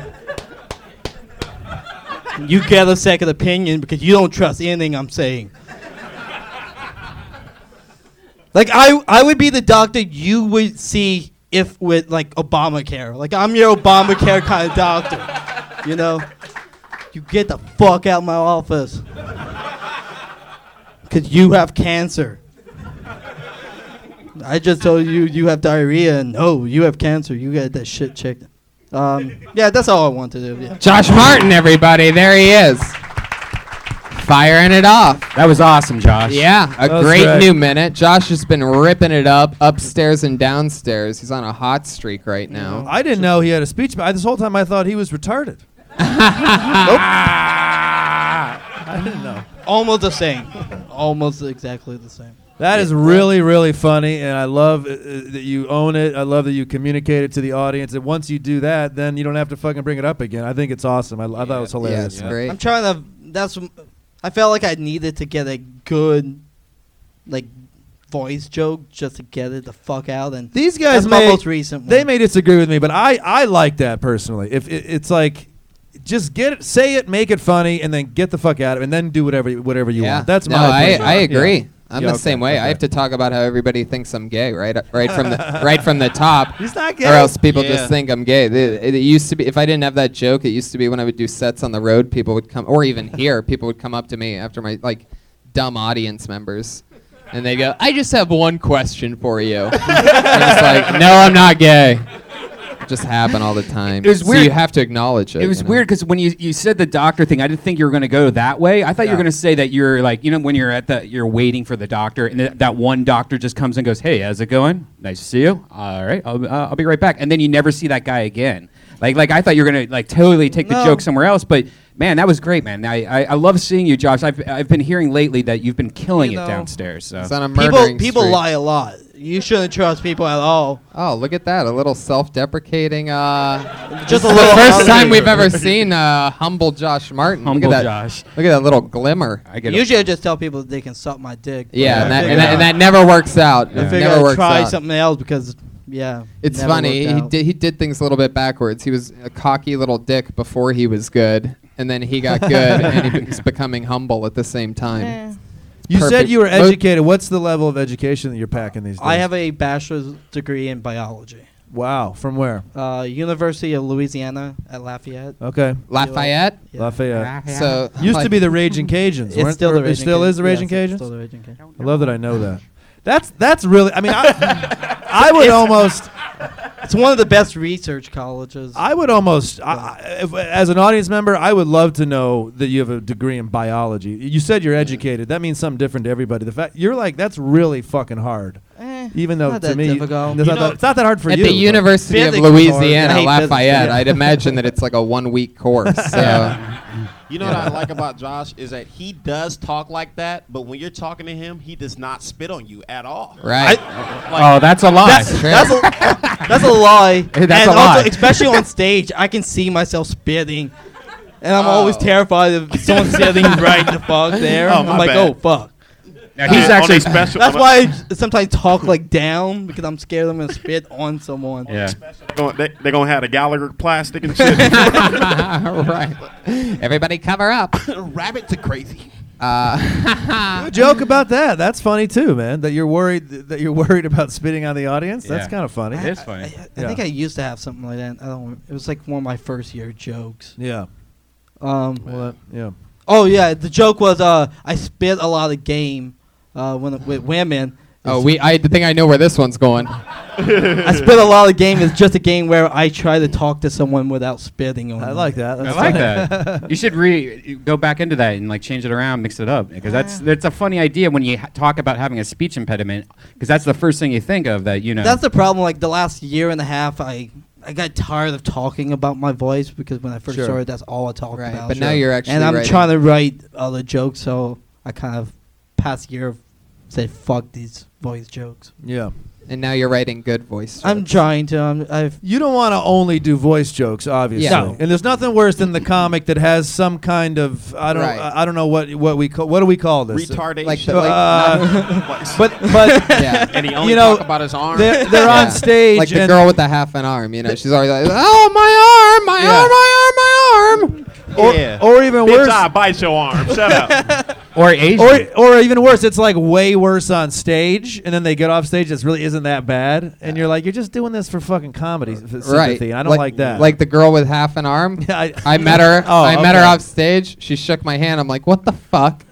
You get a second opinion because you don't trust anything I'm saying. Like I, I would be the doctor you would see if with like Obamacare. Like I'm your Obamacare kind of doctor. You know, you get the fuck out of my office. Cause you have cancer. I just told you you have diarrhea. and No, you have cancer. You got that shit checked. Um, yeah, that's all I want to do. Yeah.
Josh Martin, everybody, there he is, firing it off.
That was awesome, Josh.
Yeah, a
That was
great
great.
new minute. Josh has been ripping it up upstairs and downstairs. He's on a hot streak right now.
I didn't know he had a speech. But I, this whole time I thought he was
<laughs>
retarded.
I
didn't know.
Almost the same. Almost exactly the same.
That is really, really funny, and I love uh, uh, that you own it. I love that you communicate it to the audience. And once you do that, then you don't have to fucking bring it up again. I think it's awesome. I, I thought it was hilarious.
it's great.
I'm trying to. That's. I felt like I needed to get a good, like, voice joke just to get it the fuck out. And
These guys
that's
may
my most recent. One.
They may disagree with me, but I I like that personally. If it, it's like. Just get it, say it, make it funny, and then get the fuck out of it, and then do whatever whatever you want. That's
no,
my.
I,
opinion.
I agree.
Yeah.
I'm
Yeah,
the
okay,
same way. I
okay.
have to talk about how everybody thinks I'm gay, right? Uh, Right from
<laughs>
the right from the top.
He's not
Or
gay.
else people
Yeah.
just think I'm gay. It, it- it used to be if I didn't have that joke, it used to be when I would do sets on the road, people would come, or even here, people would come up to me after my like dumb audience members, and they go, "I just have one question for you." and it's like, no, I'm not gay. It just happen all the time.
It was
So
weird.
you have to acknowledge it.
It was
you know?
weird because when you, you said the doctor thing, I didn't think you were going to go that way. I thought you were
Yeah.
going to say that you're like, you know, when you're at the, you're waiting for the doctor, and th- that one doctor just comes and goes, "Hey, how's it going? Nice to see you. All right, I'll, uh, I'll be right back." And then you never see that guy again. Like, like I thought you were going to like totally take the
No.
joke somewhere else, but man, that was great, man. I, I, I love seeing you, Josh. I've, I've been hearing lately that you've been killing
You know,
it downstairs. So
It's on a
people
murdering
people
streak.
lie a lot. You shouldn't trust people at all.
Oh, look at that! A little self-deprecating. Uh, this <laughs>
Just a
is
little
the first time
elevator.
we've ever seen uh, humble Josh Martin.
Humble
look at that,
Josh.
Look at that little glimmer.
I get
Usually, I just tell people they can suck my dick.
Yeah, and
but I
that,
figure
and, that, and
I'll-
that never works out.
I
It
figure
never
I'll
works
try
out.
something else because yeah,
It's
never
funny.
worked
He
out.
did, he did things a little bit backwards. He was a cocky little dick before he was good, and then he got good,
<laughs>
<laughs>
and he he's becoming humble at the same time.
You said
Perfect.
you were
Mo-
educated. What's the level of education that you're packing these days?
I have a bachelor's degree in biology,
Wow, from where?
uh, University of Louisiana at Lafayette.
Okay.
Lafayette.
Yeah.
Lafayette.
So
Used to
like-
be the Raging Cajuns.
It's
weren't-
still the
or it
Raging
still
Cajun-
is the
yes,
Raging
it's
Cajuns.
still the Raging Cajun.
I love that I know that. That's that's really. I mean, I, <laughs> I would almost.
It's one of the best research colleges.
I would almost. I, I- if, as an audience member, I would love to know that you have a degree in biology. You said you're educated. That means something different to everybody. The fact you're like that's really fucking hard.
Eh,
Even though
not
to
that
me,
difficult.
it's
You
not,
know,
that, it's not that hard for
at
you.
the
but-
University of
Physics is hard.
Louisiana,
I hate physics,
Lafayette,
<laughs> yeah.
I'd <laughs> imagine that it's like a one-week
<laughs>
course. So.
You know what I like about Josh is that he does talk like that, but when you're talking to him, he does not spit on you at all.
Right.
oh, that's a lie.
that's, that's, a, that's
<laughs>
a lie.
<laughs> That's
and
a lie.
Also, especially on stage, I can see myself spitting, and I'm always
Oh.
terrified if someone's sitting right the fuck there.
Oh,
I'm
my
like,
bad.
oh fuck.
Now, he's
Uh, on
actually
a special.
That's
on a-
why I j- sometimes talk like down because I'm scared I'm gonna spit on someone.
yeah.
Gonna- they- They're gonna have the Gallagher plastic and shit. <laughs>
right. Everybody cover up.
<coughs> Rabbit to crazy.
Uh, <laughs>
Good joke about that. That's funny too, man. That you're worried that you're worried about spitting on the audience. That's
Yeah.
kind of funny.
It is funny.
I, I think
Yeah.
I used to have something like that. I don't. It was like one of my first year jokes.
Yeah.
Um,
Well, that, yeah.
Oh yeah, the joke was uh, I spit a lot of game uh, when with
<laughs>
women.
oh, we. I think I know where this one's going.
<laughs> I spit a lot of game is just a game where I try to talk to someone without spitting on.
I
them.
like that.
I
That's
like
funny.
that. you should re you go back into that and like change it around, mix it up, because that's that's a funny idea when you ha- talk about having a speech impediment, because that's the first thing you think of that you know.
That's the problem. Like the last year and a half, I I got tired of talking about my voice because when I first
Sure.
started, that's all I talked
Right,
about.
but now Sure. you're actually
and I'm
writing.
trying to write other jokes, so I kind of past year said fuck these voice jokes.
Yeah.
And now you're writing good voice.
I'm trying to. Um, I've
you don't want to only do voice jokes, obviously.
Yeah. No.
And there's nothing worse than the comic that has some kind of I don't
Right.
I I don't know what what we call what do we call this
Retardation.
Like the- like-
Uh, <laughs> but
<laughs>
but
Yeah.
And he only
you know
talk about his arm.
they're, they're
<laughs> Yeah.
on stage
Like the
and
girl with the half an arm, you know, she's always like, "Oh, my arm, my
Yeah.
arm, my arm, my arm."
or,
Yeah.
or even
Bitch,
worse
I bite your arm. Shut
<laughs>
up.
Or Asian.
or or even worse it's like way worse on stage and then they get off stage it really isn't that bad and you're like you're just doing this for fucking comedy s- sympathy and I don't like, that
Like the girl with half an arm.
<laughs> Yeah, I-
I met her.
<laughs> Oh,
I met her
okay.
off stage. She shook my hand. I'm like, what the
<laughs>
fuck?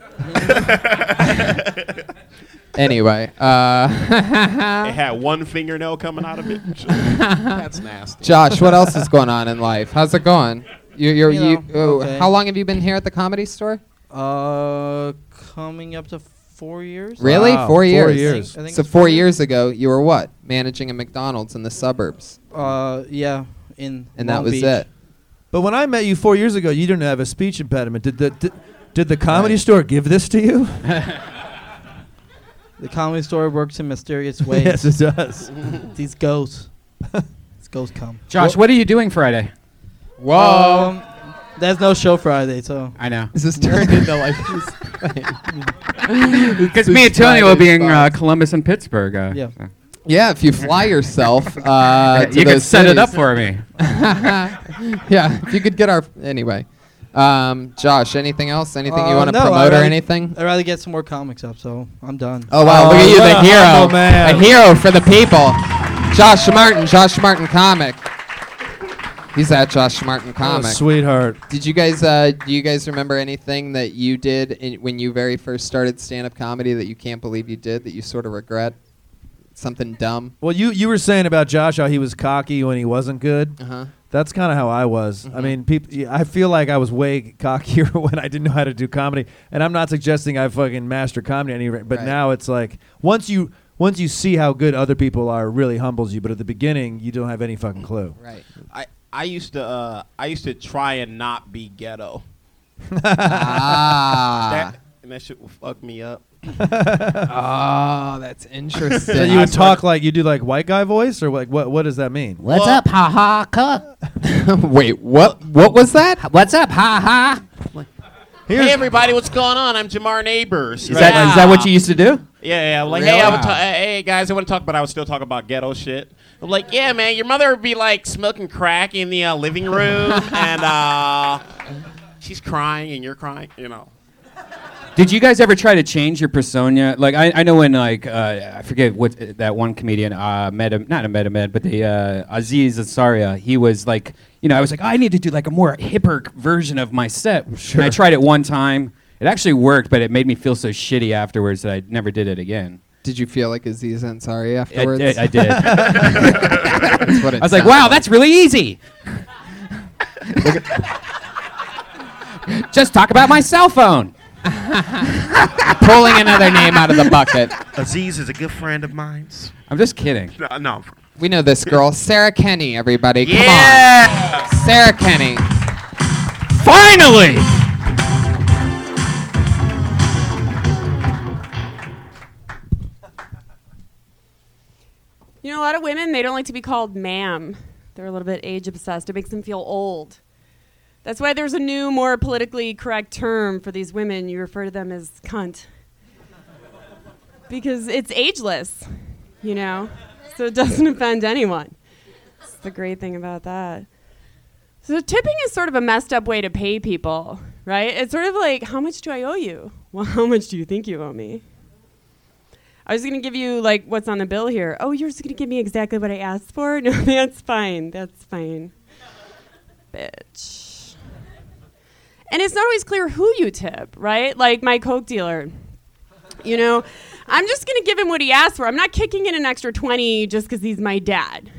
anyway,
it
uh, <laughs>
had one fingernail coming out of it.
That's nasty.
Josh, what else
<laughs>
is going on in life? How's it going? You, you're,
You
you,
know,
oh,
okay.
How long have you been here at the comedy store?
uh coming up to four years.
Really?
Wow,
four
four
years.
years.
I think
So
it's
four
four
years ago, you were what? Managing a McDonald's in the suburbs,
Uh, yeah. In
and that
Long
was
Beach.
it.
but when I met you four years ago you didn't have a speech impediment did the did, did the comedy store give this to you
<laughs>
The comedy store works in
<laughs>
mysterious ways.
yes it does
<laughs> These ghosts. These ghosts come.
Josh, what are you doing Friday?
Whoa!
Um, there's no show Friday, so
I know.
this has turned into like this
<laughs>
thing.
Because me and Tony will be in uh, Columbus and Pittsburgh. Uh,
Yeah.
so.
Yeah, if
<laughs>
you fly yourself, uh, to
you can
those
set it up
cities.
for me.
<laughs> <laughs> yeah, if you could get our anyway. Um, Josh, anything else? Anything you
Uh,
want to
no, I
promote or
already-
anything?
I'd rather get some more comics up, so I'm done.
Oh wow, look
Oh,
at you,
<laughs>
what
the
a
hero,
humble man.
a hero for the people. Josh Martin, Josh Martin comic. He's at Josh Martin
Oh,
comic.
sweetheart
Did you guys uh, do you guys remember anything that you did in, when you very first started stand up comedy that you can't believe you did that you sort of regret? Something dumb.
Well, you you were saying about Josh how he was cocky when he wasn't good.
Uh huh.
That's kind of how I was. I mean, people. I feel like I was way cockier <laughs> when I didn't know how to do comedy, and I'm not suggesting I fucking master comedy at any rate. But
Right.
now it's like once you once you see how good other people are, it really humbles you. But at the beginning, you don't have any fucking clue.
Right.
I, I used to uh, I used to try and not be ghetto.
ah.
That, and that shit would fuck
<laughs>
me up.
Oh, that's
<laughs> So
interesting.
you would talk like you do like white guy voice, or like what? What does that mean?
What's
Well- up,
ha ha? Cup?
Wait, what? What was that?
What's up, ha ha?
hey everybody, what's going on? I'm Jamar Neighbors.
Is that is that what you used to do?
Yeah, yeah. I'm like, hey, I would ta- uh, hey guys, I want to talk, but I would still talk about ghetto shit. I'm like, yeah, man, your mother would be like smoking crack in the uh, living room, and uh, she's crying, and you're crying, you know.
Did you guys ever try to change your persona? Like, I, I know when, like, uh, I forget what uh, that one comedian, uh, Meta, not a Metamed, but the uh, Aziz Ansari, he was like, you know, I was like, I need to do like a more hipper version of my set. Sure. And I tried it one time. It actually worked, but it made me feel so shitty afterwards that I never did it again.
Did you feel like Aziz Ansari
I,
afterwards?
did- I did. I
That's what it
was like,
sounds
wow, <laughs> that's really <laughs> easy. Just talk about my cell phone.
<laughs> pulling another name out of the bucket.
Aziz is a good friend of mine's.
I'm just kidding.
No, no.
We know this girl, Sarah Kenny. Everybody,
Yeah.
come on, Sarah Kenny.
Finally!
You know, a lot of women, they don't like to be called ma'am. They're a little bit age obsessed. It makes them feel old. That's why there's a new, more politically correct term for these women. You refer to them as cunt. Because it's ageless, you know? So it doesn't <laughs> offend anyone. That's the great thing about that. So tipping is sort of a messed up way to pay people, right? It's sort of like, how much do I owe you? <laughs> Well, how much do you think you owe me? I was gonna give you like what's on the bill here. Oh, you're just gonna give me exactly what I asked for? <laughs> No, that's fine. That's fine. Bitch. And it's not always clear who you tip, right? Like my Coke dealer. You know, I'm just gonna give him what he asked for. I'm not kicking in an extra twenty just because he's my dad.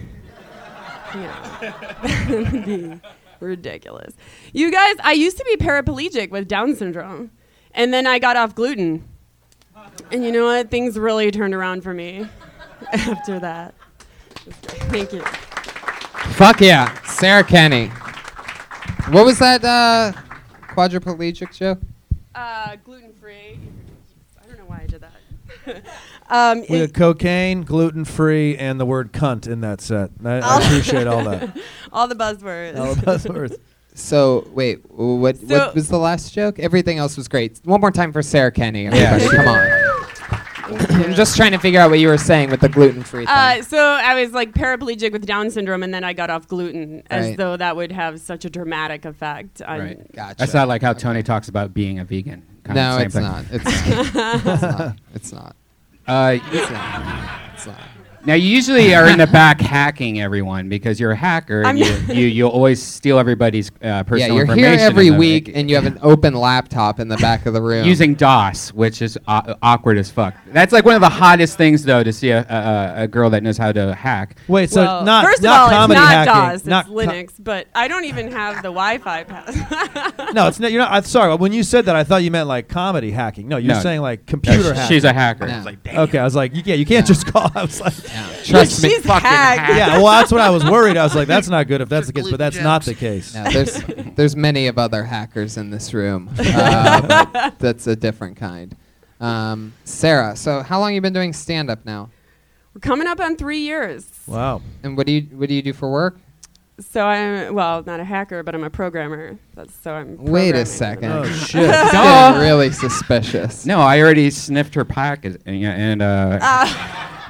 You know. That would be ridiculous. You guys, I used to be paraplegic with Down syndrome. And then I got off gluten. And you know what? Things really turned around for me <laughs> after that. Thank you.
Fuck yeah, Sarah Kenny. What was that uh, quadriplegic show?
Uh, gluten free. I don't know why I did that. <laughs> um,
We
it-
had cocaine, gluten free, and the word cunt in that set. I, I
All-
appreciate all that.
<laughs> all the buzzwords.
So wait, what
So-
what was the last joke? Everything else was great. One more time for Sarah Kenny,
Yeah.
everybody. Come on. I'm just trying to figure out what you were saying with the gluten free thing.
Uh, so I was like paraplegic with Down syndrome, and then I got off gluten, as
Right.
though that would have such a dramatic effect. On
Right. That's not like how Tony talks about being a vegan. Kind
No,
of same
it's
thing.
not.
<laughs>
It's not. It's not. It's not.
Uh,
It's not. It's not.
Now you usually are in the back hacking everyone because you're a hacker.
I'm
And you,
<laughs>
you you always steal everybody's uh,
Yeah,
personal
you're
information.
here every
and then-
week, and you have an open laptop in the back of the room.
using DOS, which is au- awkward as fuck. That's like one of the hottest things though to see a, a, a- a girl that knows how to hack.
Wait, so
Well,
not
first
not
of all,
comedy
it's not
hacking,
DOS, it's
not co-
Linux, but I don't even have the Wi-Fi pass.
no, it's not. You're not. I'm sorry. When you said that, I thought you meant like comedy hacking. No, you're
No.
saying like computer
No, sh-
hacking.
she's a hacker. No. I was like,
Okay, I was like, you can't. You can't just call. I was like,
Trust me. She's
fucking
hacked.
hack. Yeah, well, that's what I was worried. I was like, that's not good if that's the case, but that's not the case.
No, there's
<laughs>
there's many of other hackers in this room. Uh, but that's a different kind. Um, Sarah, so how long you been doing stand up now?
We're <laughs> coming up on three years.
Wow.
And what do you what do you do for work?
So I'm well, not a hacker, but I'm a programmer. That's so I'm.
Wait a
programming.
second.
<laughs>
Oh, shit.
It's
Duh.
getting really suspicious.
No, I already sniffed her packet and, and uh,
Ah.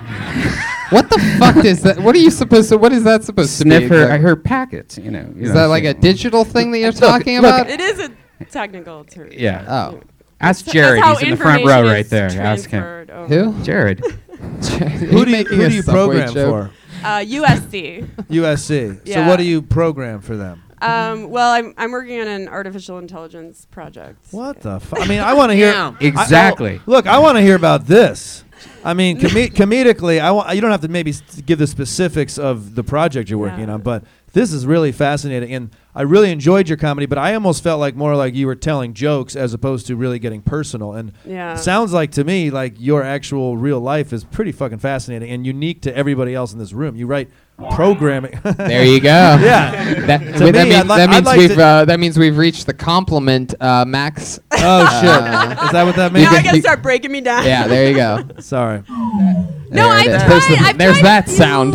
What the
<laughs>
fuck is that? What are you supposed to? What is that supposed
sniff
to be?
her.
exactly?
I heard packets. You know. you
Is
know,
that
so-
like a digital thing
<laughs>
that you're
<laughs> Look,
talking
look,
about?
It is a technical term.
Yeah.
Oh.
Ask
That's
Jared.
how
He's in the front row
information
right
is
there. Ask him.
transferred over.
<laughs>
Who?
Jared.
Who
do you- who do you program for?
Uh,
<laughs>
USC.
USC. So
Yeah.
what do you program for them?
Um, well, I'm I'm working on an artificial intelligence project.
What the fuck? I mean, I want to hear
Yeah.
I- I-
Exactly.
look, I want to hear about this. I mean, comi- comedically, I want you don't have to maybe s- give the specifics of the project you're working on, but this is really fascinating, and I really enjoyed your comedy. But I almost felt like more like you were telling jokes as opposed to really getting personal. And
Yeah.
it sounds like to me like your actual real life is pretty fucking fascinating and unique to everybody else in this room. You write programming.
There you go.
<laughs> yeah.
That,
To
that
me,
means,
I'd li-
that
I'd
means
like
we've
to-
uh, that means we've reached the compliment uh, max. Uh,
Oh shit! Is that what that means?
Now I gotta start breaking me down.
Yeah, there you go.
<laughs>
Sorry.
No,
There
I've
it is.
tried-
There's, the-
I've
there's
tried
that
to-
<laughs>
sound.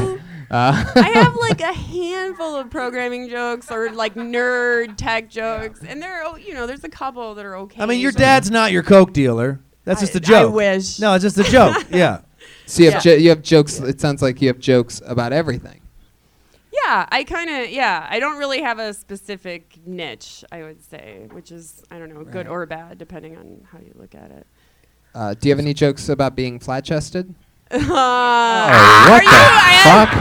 Uh,
I have like a handful of programming jokes or like nerd tech jokes, and there, are, you know, there's a couple that are okay.
I mean, your dad's not your coke dealer. That's just a joke.
I wish.
No, it's just
<laughs>
a joke. yeah.
so you have
Yeah.
jo- you have jokes. It sounds like you have jokes about everything.
Yeah, I kind of yeah. I don't really have a specific niche. I would say, which is I don't know, good or bad, depending on how you look at it. <laughs>
Uh, do you have any jokes about being flat chested?
Oh,
Uh,
what the
I-
fuck?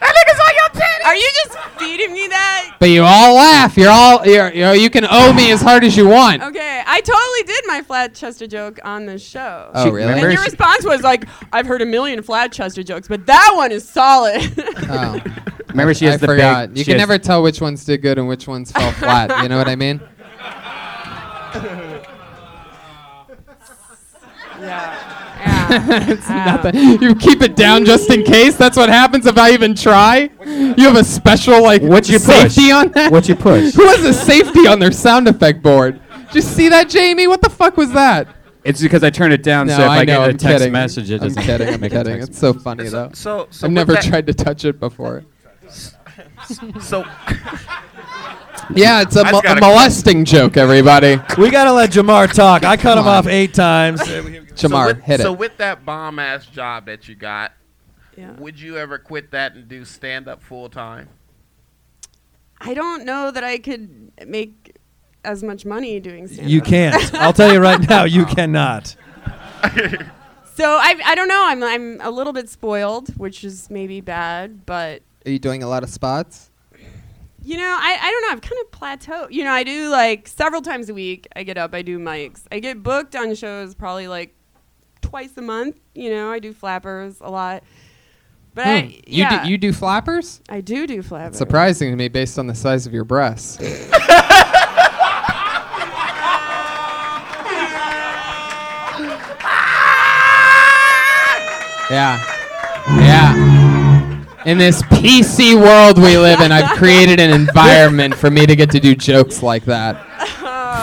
That nigga's on your panties. Are you just feeding me that?
But you all laugh. You're all you're, you know, you can owe me as hard as you want.
Okay, I totally did my flat chested joke on the show.
Oh, She- really?
And
remember
your
she-
response was like, "I've heard a million flat chested jokes, but that one is solid."
<laughs> Oh.
Remember, she
I-
has the
I
big-
forgot. You
she
can
has-
never tell which ones did good and which
<laughs>
ones fell flat. You know what I mean?
yeah.
It's nothing. You keep it down just in case. That's what happens if I even try. You have a special like
What you push?
safety on that.
What you push?
<laughs> Who has a safety on their sound effect board? Did you see that, Jamie? What the fuck was that?
It's because I turned it down, so if I, get
know,
a
I'm
text
kidding.
message, it
I'm
doesn't <laughs>
kidding. I'm
make a
kidding.
text
It's so funny though.
so- so
I've
with
never
that-
tried to touch it before.
so
Yeah, it's a,
I've
mo-
got
a
a-
molesting joke, everybody.
We gotta let Jamar talk. I cut
Come
him off
on.
eight times.
<laughs>
Jamar,
so with,
hit
so
it.
with that bomb ass job that you got, would you ever quit that and do stand up full time?
<laughs> I don't know that I could make as much money doing stand
You can't. I'll tell you right now, you cannot.
<laughs> So I, I don't know. I'm, I'm a little bit spoiled, which is maybe bad, but
Are you doing a lot of spots?
you know, I, I don't know. I've kind of plateaued. You know, I do like several times a week. I get up, I do mics. I get booked on shows probably like twice a month. You know, I do flappers a lot. But I,
Hmm.
yeah,
You do you do flappers?
I do do flappers.
Surprising to me, based on the size of your
<laughs>
breasts. yeah, yeah. In this PC
Uh,
world we live in, I've created an environment for me to get to do jokes like that.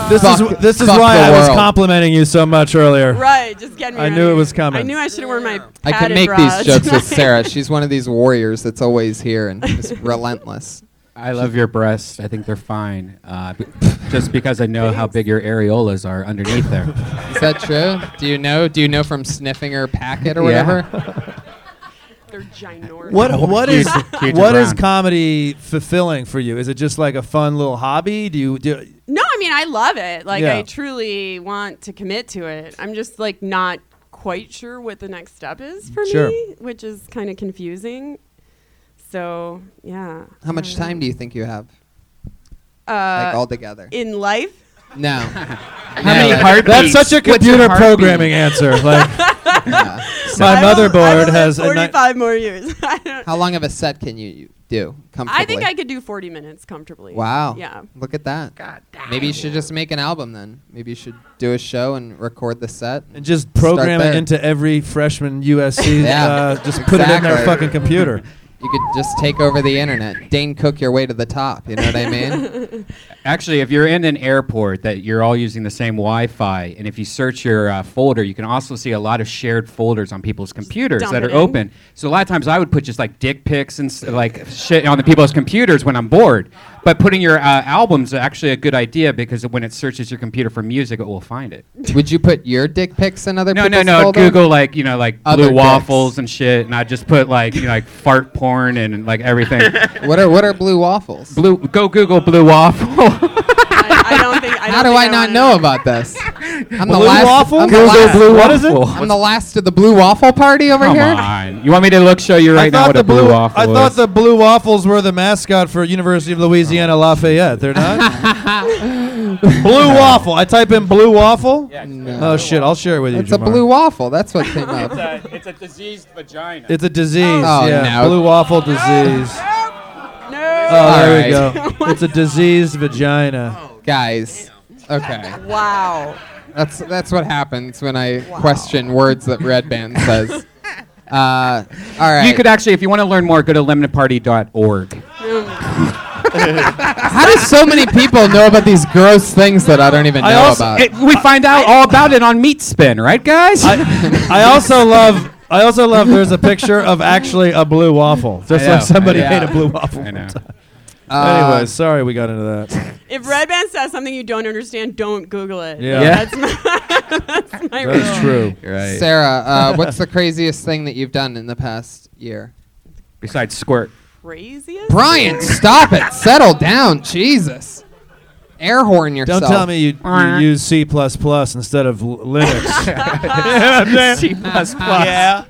This is
Fuck-
this is
fuck
why
the
I was
world.
complimenting you so much earlier.
Right, just get me.
I
out of
knew it
here.
was coming.
I knew I should have worn my.
I can
padded
make
bra
these jokes
<laughs>
with
tonight.
Sarah. She's one of these warriors that's always here and
<laughs>
is relentless.
I love your breasts. I think they're fine. Uh, b- just because I know how big your areolas are underneath there.
Is that true? Do you know? Do you know from sniffing her packet or
Yeah.
whatever?
<laughs>
They're ginormous.
<laughs> What what is
huge and
<laughs> what is
brown.
comedy fulfilling for you? Is it just like a fun little hobby? Do you do?
No, I mean I love it. Like
Yeah.
I truly want to commit to it. I'm just like not quite sure what the next step is for
Sure.
me, which is kind of confusing. So yeah.
How much time do you think you have?
Uh,
Like all together?
in life? <laughs>
No.
How many That's such a computer programming answer.
<laughs>
Like
I
my
will- I will
motherboard
live
has a ni-
45 more years. <laughs> I don't.
How long of a set can you you do comfortably?
I think I could do 40 minutes comfortably.
Wow.
Yeah.
Look at that. God damn. Maybe you should just make an album then. Maybe you should do a show and record the set.
and just
start
program it
there.
into every freshman
<laughs>
USC.
Yeah.
uh, just put it in their
Exactly.
fucking computer.
<laughs> You could just take over the internet. Dane Cook your way to the top. You know what I mean?
<laughs>
Actually, if you're in an airport that you're all using the same Wi-Fi, and if you search your uh, folder, you can also see a lot of shared folders on people's computers
dump
that
it
are
in.
open. So a lot of times I would put just like dick pics and s- like shit on the people's computers when I'm bored. But putting your uh, albums is actually a good idea because when it searches your computer for music, it will find it.
Would you put your dick pics in other
No, no,
people's
no.
folder?
Google like you know like
Other
blue
dicks.
waffles and shit, and I just put like you know like fart porn and like everything.
What are what are blue waffles?
Blue. Go Google blue <laughs> waffle.
I don't think. I
How do I not know about
<laughs>
this? I'm
Blue waffle?
I'm
Google
last-
blue What is it? waffle.
I'm the last of the blue waffle party over
Come
here. <laughs>
on. You want me to look show you right now what a blue, waffle
I
is?
thought the blue waffles were the mascot for University of Louisiana Lafayette. They're not. blue waffle. I type in blue waffle. Oh shit! I'll share it with you.
It's a
Jamar.
blue waffle. That's what came up.
it's a diseased vagina.
<laughs> It's a disease.
Oh,
yeah.
no.
Blue waffle disease.
No.
Oh, there we
All
go.
<laughs>
it's a diseased vagina.
Guys, okay.
Wow.
That's that's what happens when I question words that
<laughs>
Red Band says. Uh, all right.
You could actually, if
<laughs>
you want to learn more, go to lemonparty.org.
How do so many people know about these gross things that I don't even know
I also-
about?
it- we find out all about it on Meat Spin, right, guys?
I, I also love. I also love. There's a picture of actually a blue waffle. Just
I know,
like somebody
I know.
made a blue waffle.
I know.
Uh,
anyway, sorry we got into that.
If Red Band says something you don't understand, don't Google it.
Yeah.
Yeah.
That's my, <laughs> that's my rule.
That's true.
Right.
Sarah, uh, what's the craziest thing that you've done in the past year?
Besides squirt.
Craziest?
Brian, stop it. Settle down. Jesus. Air horn yourself.
Don't tell me you, you use C plus plus instead of L- Linux.
<laughs> Uh,
<laughs>
C++. plus plus.
yeah.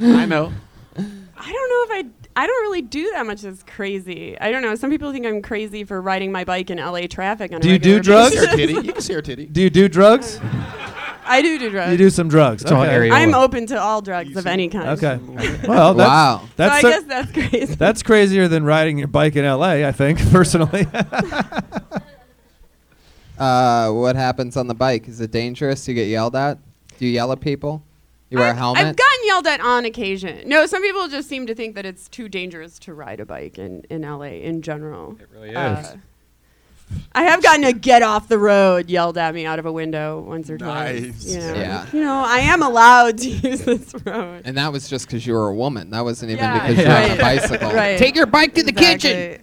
I know.
I don't know if I. I don't really do that much that's crazy. I don't know. Some people think I'm crazy for riding my bike in LA traffic. On
Do
a
you do
regular
drugs?
basis.
Is
Her titty.
<laughs>
You can see her titty.
Do you do drugs?
I do do drugs.
You do some drugs.
It's all
okay.
area.
I'm open to all drugs of any kind.
Okay. Well, that's,
Wow.
That's
so I
cer-
guess that's crazy.
that's crazier than riding your bike in L.A. I think <laughs> personally.
Uh, what happens on the bike? Is it dangerous? You get yelled at? Do you yell at people? You wear a
I've-
helmet?
I've gotten yelled at on occasion. No, some people just seem to think that it's too dangerous to ride a bike in, in LA in general. It really is. I have gotten a get off the road yelled at me out of a window once or twice.
Nice.
You know,
Yeah.
you know, I am allowed to <laughs> use this road.
and that was just because you were a woman. That wasn't even
Yeah,
because
<laughs>
you were on a <laughs>
right,
bicycle.
right.
Take your bike to the kitchen.
<laughs>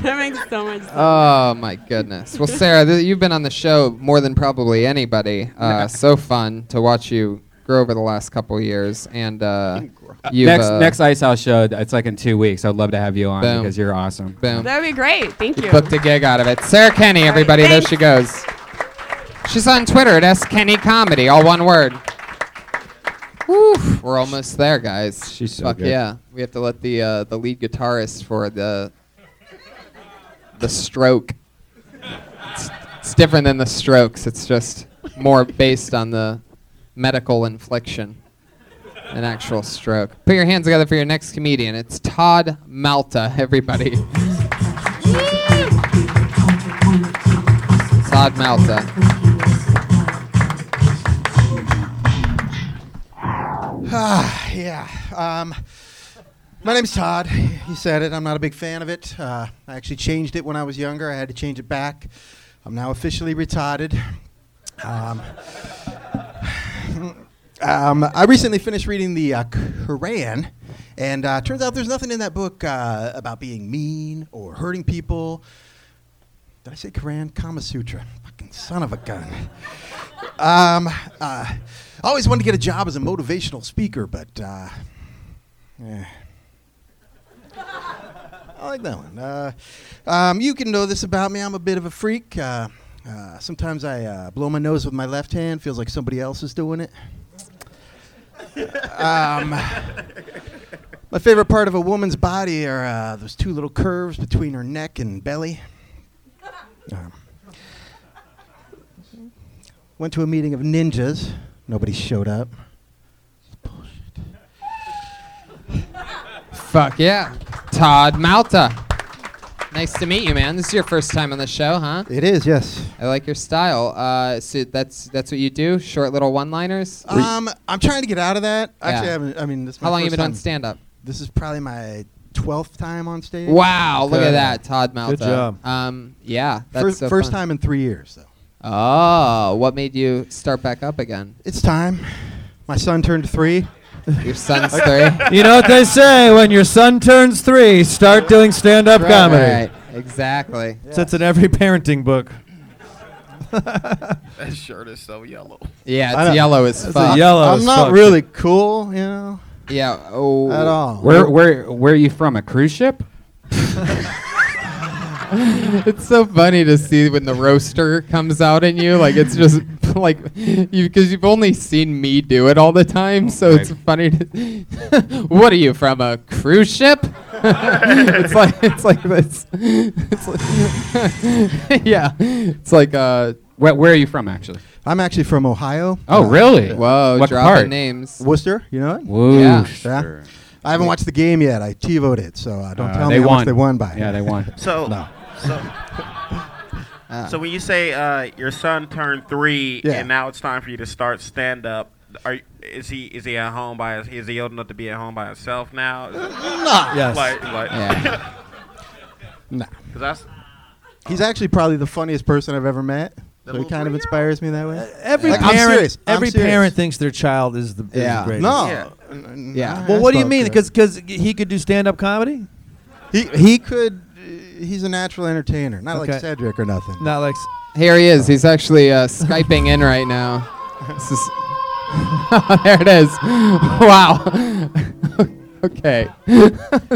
that makes so much sense.
Oh my goodness. Well, Sarah, th- you've been on the show more than probably anybody. Uh, so fun to watch you grow over the last couple years, and uh, you've
next,
uh,
next Ice House show, it's like in two weeks. I'd love to have you on
Boom.
because you're awesome.
boom
That would be great. Thank you.
booked a gig out of it. Sarah Kenny, everybody, there she goes. She's on Twitter at S Kenny Comedy, all one word. Woo, we're almost there, guys.
She's so
Fuck
good.
yeah. We have to let the uh, the lead guitarist for the the stroke. It's, it's different than the strokes. It's just more based on the medical infliction, an actual stroke. Put your hands together for your next comedian. It's Todd Malta, everybody. <laughs> Todd Malta.
Ah, yeah. Um, My name's Todd. You said it. I'm not a big fan of it. Uh, I actually changed it when I was younger. I had to change it back. I'm now officially retarded. Um, um, I recently finished reading the uh, Quran, and uh, turns out there's nothing in that book uh, about being mean or hurting people. Did I say Quran? Kama Sutra. Fucking son of a gun. um, uh, I always wanted to get a job as a motivational speaker, but uh, yeah. I like that one. Uh, um, you can know this about me. I'm a bit of a freak. Uh, uh, sometimes I uh, blow my nose with my left hand. Feels like somebody else is doing it. um, my favorite part of a woman's body are uh, those two little curves between her neck and belly. Um, went to a meeting of ninjas. Nobody showed up.
Fuck yeah. Todd Malta. Nice to meet you, man. This is your first time on the show, huh?
It is, yes.
I like your style. Uh, so that's that's what you do? Short little one-liners?
Um, I'm trying to get out of that. Actually, I, haven't, I mean, this. Is my
How long you
first
been on
time-
stand-up?
This is probably my twelfth time on stage.
Wow, look at that, Todd Malta.
Good job.
Um, yeah, that's
First,
so
first
fun.
time in three years, though.
Oh, what made you start back up again?
It's time. My son turned three.
Your
<laughs>
son's three.
<laughs> you know what they say when your son turns three, start doing stand up
Right,
comedy.
right, exactly.
So it's in every parenting book.
That shirt is so yellow.
Yeah,
I
it's
know.
yellow as
It's a
fuck.
Uh,
yellow
I'm not really cool, you know.
Yeah. Oh.
At all.
Where where where are you from? A cruise ship?
<laughs> it's so funny to see when the roaster comes out in you. Like it's just <laughs> like you because you've only seen me do it all the time. So it's funny. To <laughs> what are you from a cruise ship? <laughs> it's like it's like this. It's like <laughs> yeah. It's like uh.
Where, where are you from actually?
I'm actually from Ohio.
Oh,
Uh,
really?
Whoa,
What
dropping
part?
names.
Worcester, you know it?
Yeah.
Yeah. I haven't watched the game yet. I TiVo'd it, so uh, don't
Uh,
tell
they
me how
won.
much they won by.
Yeah, they
<laughs>
won.
So,
no.
so, so when you say uh, your son turned three,
Yeah.
and now it's time for you to start stand up. Are you- is he is he at home by his, is he old enough to be at home by himself now?
Nah. Yes.
Like, like, <laughs>
Yeah. Nah.
'Cause that's
He's actually probably the funniest person I've ever met. So he
little
kind of inspires me that way.
Uh, Every
Like, I'm
parent,
serious. I'm
every
serious.
parent thinks their child is the, is the
Yeah.
greatest.
No. Yeah. N- n- Yeah.
Well, what do you
Fuck
mean?
yeah.
Because because he could do stand up comedy.
He he could. uh, He's a natural entertainer, not
Okay.
like Cedric or nothing.
Not like.
Here he is. He's actually uh, skyping in right now. This is <laughs> there it is. Wow. <laughs> okay.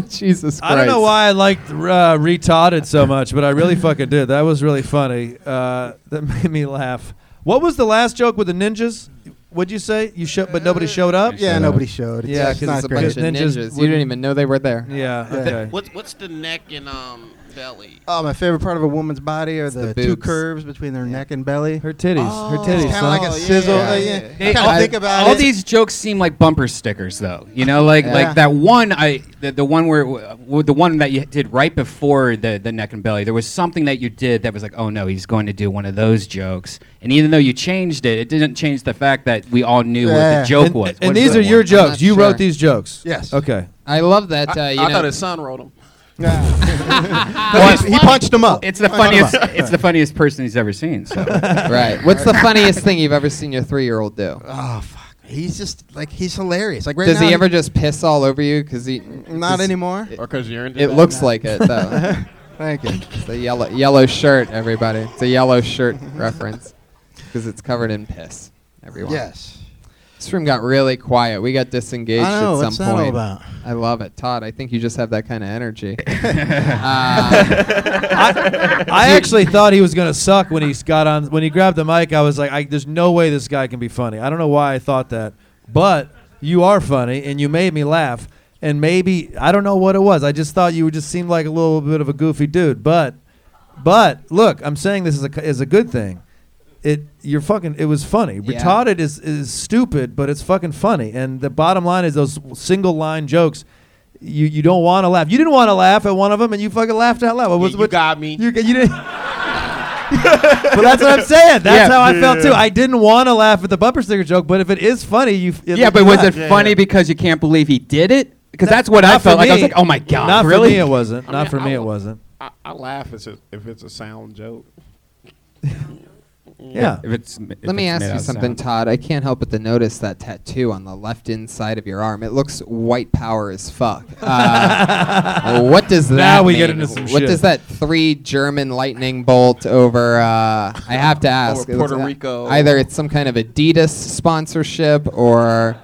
<laughs> Jesus Christ.
I don't know why I liked uh, retarded so much, but I really fucking did. That was really funny. Uh, that <laughs> made me laugh. What was the last joke with the ninjas? What'd you say? You showed, but nobody showed up.
Yeah, Showed up. nobody showed. It's-
Yeah,
it's
because
not
it's
great.
because
Bunch of
ninjas.
ninjas. You
wouldn't-
didn't even know they were there.
Yeah. Okay.
What's what's the neck and um belly?
Oh, my favorite part of a woman's body are the,
the
two
boobs. Oh.
curves between their neck and belly.
Her titties.
Her titties. Kind of like a sizzle. uh, yeah.
They-
Kinda
all-
think about
all
it.
these jokes seem like bumper stickers, though. You know, like
Yeah.
like that one I the, the one where w- the one that you did right before the the neck and belly. There was something that you did that was like, oh no, he's going to do one of those jokes. And even though you changed it, it didn't change the fact that we all knew what the
Yeah.
joke
And-
was.
and
What
these
was
are
that
your
one?
jokes. You wrote these jokes.
Yes.
Okay.
I love that. Uh, you
I
know,
thought his son wrote
<laughs>
him.
<laughs>
But he- he punched him up.
It's the
Punched him
funniest.
up.
it's the funniest person he's ever seen.
<laughs>
So.
right. What's the funniest thing you've ever seen your three-year-old do?
Oh fuck. He's just like he's hilarious. Like right
Does
now,
he ever just piss all over you? Because he
Not
does-
anymore.
Or 'cause you're into
It
that?
looks
No.
like it though.
<laughs> Thank you.
It's a yellow yellow shirt, everybody. It's a yellow shirt
<laughs>
reference because it's covered in piss. Everyone.
Yes.
This room got really quiet. We got disengaged
I know,
at some
what's that
point.
all about?
I love it, Todd. I think you just have that kind of energy.
<laughs>
Uh,
I actually thought he was gonna suck when he s- got on when he grabbed the mic. I was like, I, "There's no way this guy can be funny." I don't know why I thought that, but you are funny, and you made me laugh. And maybe I don't know what it was. I just thought you just seemed like a little bit of a goofy dude. But, but look, I'm saying this is a c- is a good thing. It you're fucking. It was funny.
Yeah.
Retarded is is stupid, but it's fucking funny. And the bottom line is those single line jokes. You, you don't want to laugh. You didn't want to laugh at one of them, and you fucking laughed out loud. What was
you
what,
got me.
You, you didn't. <laughs> but that's what I'm saying.
Yeah.
That's how I felt
Yeah.
too. I didn't want to laugh at the bumper sticker joke, but if it is funny, you. It
yeah,
let
but
you
was
laugh.
it funny because you can't believe he did it? because that's what I
Not for
felt like. I was
me.
like, oh my god,
Not
really?
for me, it wasn't.
I
Not
mean,
for me,
I-
it wasn't.
I, I laugh if it's, if it's a sound joke.
Yeah.
If it's, if
Let me
it's
ask
made out
you
of
something,
sound.
Todd. I can't help but to notice that tattoo on the left inside of your arm. It looks white power as fuck. Uh, what does that?
Now we
mean?
get into some
What
shit.
does that three German lightning bolt over? Uh, I have to ask. It looks
Puerto
like-
Rico.
Either it's some kind of Adidas sponsorship or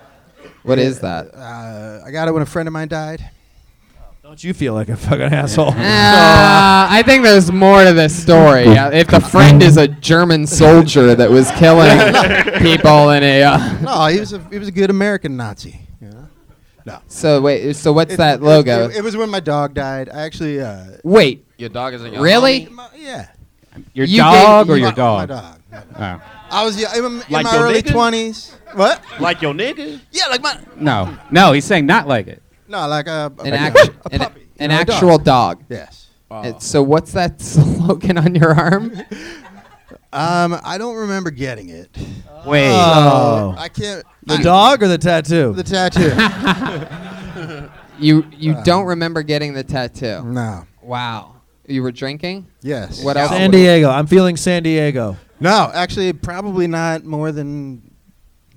what is that?
Uh, I got it when a friend of mine died.
Don't you feel like a fucking asshole?
Uh, I think there's more to this story. Uh, if the friend is a German soldier that was
<laughs>
killing people in a. Uh,
no, he was a he was a good American Nazi.
So wait, so what's
It-
that
it-
logo?
It, it was when my dog died. I actually. Uh,
Wait.
Your dog isn't
Uh, Really?
My- yeah.
Your
You
dog
gave-
or
my-
your dog?
My dog.
Oh.
I was yeah, in, in
Like
my
your
early
nigga?
twenties. What?
Like your nigga?
Yeah, like my
No, no, he's saying not like it.
no, like a, a,
An,
a-
act-
a
an,
puppy,
an
you know, a
actual dog.
Yes.
And so what's that <laughs> slogan on your
<laughs>
arm?
Um, I don't remember getting it. Um,
Wait.
Oh.
I can't.
The
I-
dog or the tattoo? <laughs>
The tattoo.
<laughs>
<laughs>
you you
Uh,
don't remember getting the tattoo?
No.
Wow. You were drinking?
Yes.
What else?
San Diego. I'm feeling San Diego.
No, actually, probably not more than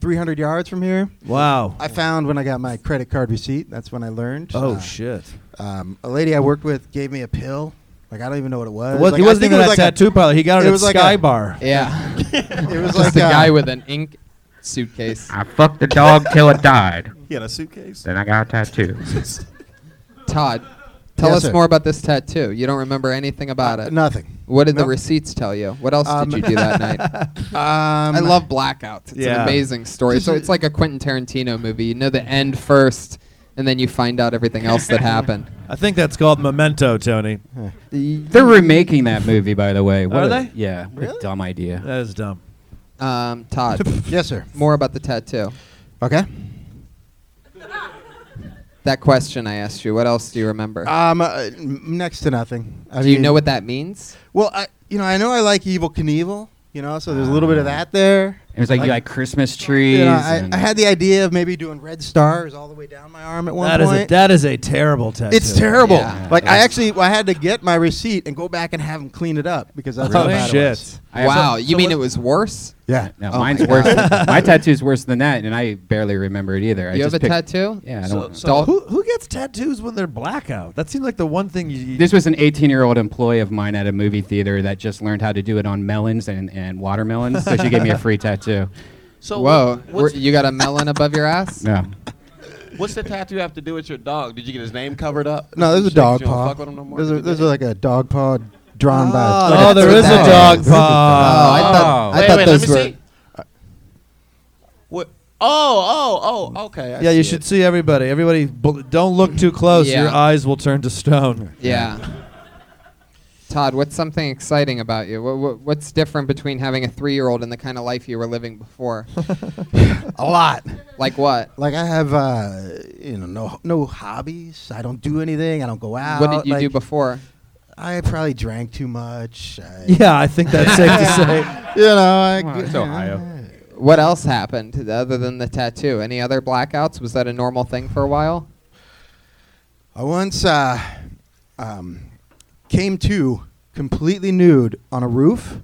300 yards from here.
Wow.
I found when I got my credit card receipt. That's when I learned.
Oh, shit.
Um, a lady I worked with gave me a pill. Like I don't even know what it was.
It was-
like,
he
I
wasn't
think
even
was
a tattoo parlor. He got it at Sky Bar.
Yeah.
<laughs>
it was
Just
like
a guy
uh,
with an ink suitcase.
I fucked the dog till it
<laughs>
died.
He had a suitcase.
Then I got a tattoo.
Todd, tell
Yes,
us
sir. Uh,
more about this tattoo. You don't remember anything about it.
nothing.
What did the
Nope.
receipts tell you? What else
Um,
did you do that night?
<laughs> Um,
I love blackouts. It's an
yeah.
amazing story. So it's like a Quentin Tarantino movie. You know the end first, and then you find out everything else that
<laughs>
happened.
I think that's called Memento, Tony.
They're remaking that movie, by the way. What
Are
a-
they?
Yeah. What a dumb idea.
That is dumb.
Um, Todd.
<laughs> yes, sir.
More about the tattoo.
Okay.
That question I asked you. What else do you remember?
<laughs> Um, uh, n- next to nothing. I
do you
mean-
know what that means?
Well, I you know I know I like Evil Knievel. You know, so there's a little bit of
Ah.
that there.
It was like you like Christmas trees.
you know, I,
and-
I had the idea of maybe doing red stars all the way down my arm at one
That is
point.
a, that is a terrible tattoo.
It's terrible.
Yeah.
Like I actually, I had to get my receipt and go back and have them clean it up because that's how
Really?
bad
Shit.
It was.
I have
wow.
some-
you mean it was worse?
Yeah.
No,
Oh
mine's
my
worse.
God.
than- <laughs> my tattoo's worse than that, and I barely remember it either. I
You have
just
a
picked-
tattoo?
Yeah, I
So,
don't.
so who, who gets tattoos when they're blackout? That seemed like the one thing you. you
This was an 18-year-old employee of mine at a movie theater that just learned how to do it on melons and, and watermelons, so she gave me a
<laughs>
free tattoo.
So
Whoa.
what- what's,
Were- you got a melon above your ass?
Yeah.
what's the tattoo have to do with your dog? Did you get his name covered up?
<laughs> No, there's a
Shit,
dog
you don't
paw.
fuck with him no more?
there's a, there's like a dog paw drawn by.
Oh,
like
oh, there is a
dog.
dog
There's a
paw.
Oh, I thought, I
wait,
thought
wait, let
those
me
were.
see. What? Oh, oh, oh. Okay. I
yeah, you
see
should
it.
see everybody. Everybody, bl- don't look too close.
Yeah.
Your eyes will turn to stone.
Yeah. Todd, what's something exciting about you? What, what, what's different between having a three-year-old and the kind of life you were living before?
<laughs> a lot.
like what?
Like I have, uh, you know, no no hobbies. I don't do anything. I don't go out.
what did you do
Like,
before?
I probably drank too much. I,
Yeah, I think that's
<laughs>
safe to
<laughs>
say.
you know, I,
Wow, it's
yeah.
Ohio.
What else happened other than the tattoo? Any other blackouts? Was that a normal thing for a while?
I once uh, um, came to completely nude on a roof,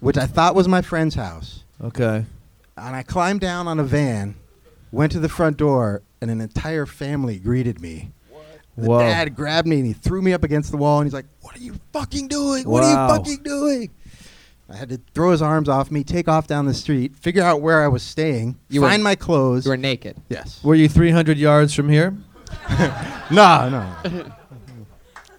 which I thought was my friend's house.
Okay.
And I climbed down on a van, went to the front door, and an entire family greeted me. The
Whoa.
dad grabbed me and he threw me up against the wall and he's like, What are you fucking doing? What
Wow.
are you
<laughs>
fucking doing? I had to throw his arms off me, take off down the street, figure out where I was staying,
You were-
find my clothes.
You were naked.
yes.
Were you 300 yards from here?
<laughs> No, no. Ah,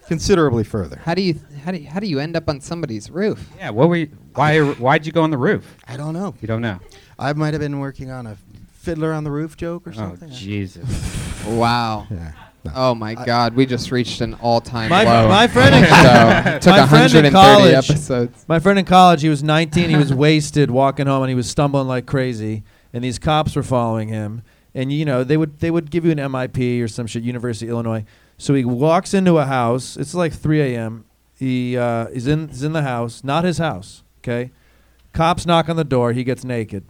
Considerably further.
How do you how do you, how do you end up on somebody's roof?
Yeah. What were you, why? Why'd you go on the roof?
I don't
Oh.
know.
You don't know.
I might have been working on a fiddler on the roof joke or
Oh
something.
Jesus.
<laughs>
Wow.
Yeah.
Oh my God! We just reached an all-time
My,
low.
my friend in,
<laughs>
<laughs>
so, took
my friend
130
in college.
episodes.
<laughs> My friend in college, he was 19. He was wasted walking home, and he was stumbling like crazy. And these cops were following him. And you know they would they would give you an MIP or some shit, University of Illinois. So he walks into a house. It's like 3 a.m. He uh, is in is in the house, not his house. Okay, cops knock on the door. He gets naked.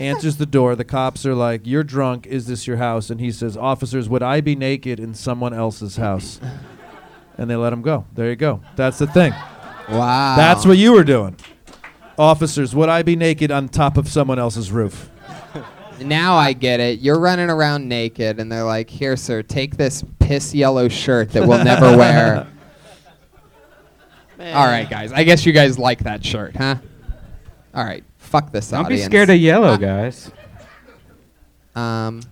answers the door. The cops are like, You're drunk. Is this your house? And he says, Officers, would I be naked in someone else's house? and they let him go. There you go. That's the thing.
Wow.
That's what you were doing. Officers, would I be naked on top of someone else's roof? <laughs>
Now I get it. You're running around naked, and they're like, "Here, sir, take this piss yellow shirt that we'll
<laughs>
never wear." All right, guys. I guess you guys like that shirt, huh? All right. Fuck this
Don't
audience.
be scared of yellow,
Ah.
guys.
Um,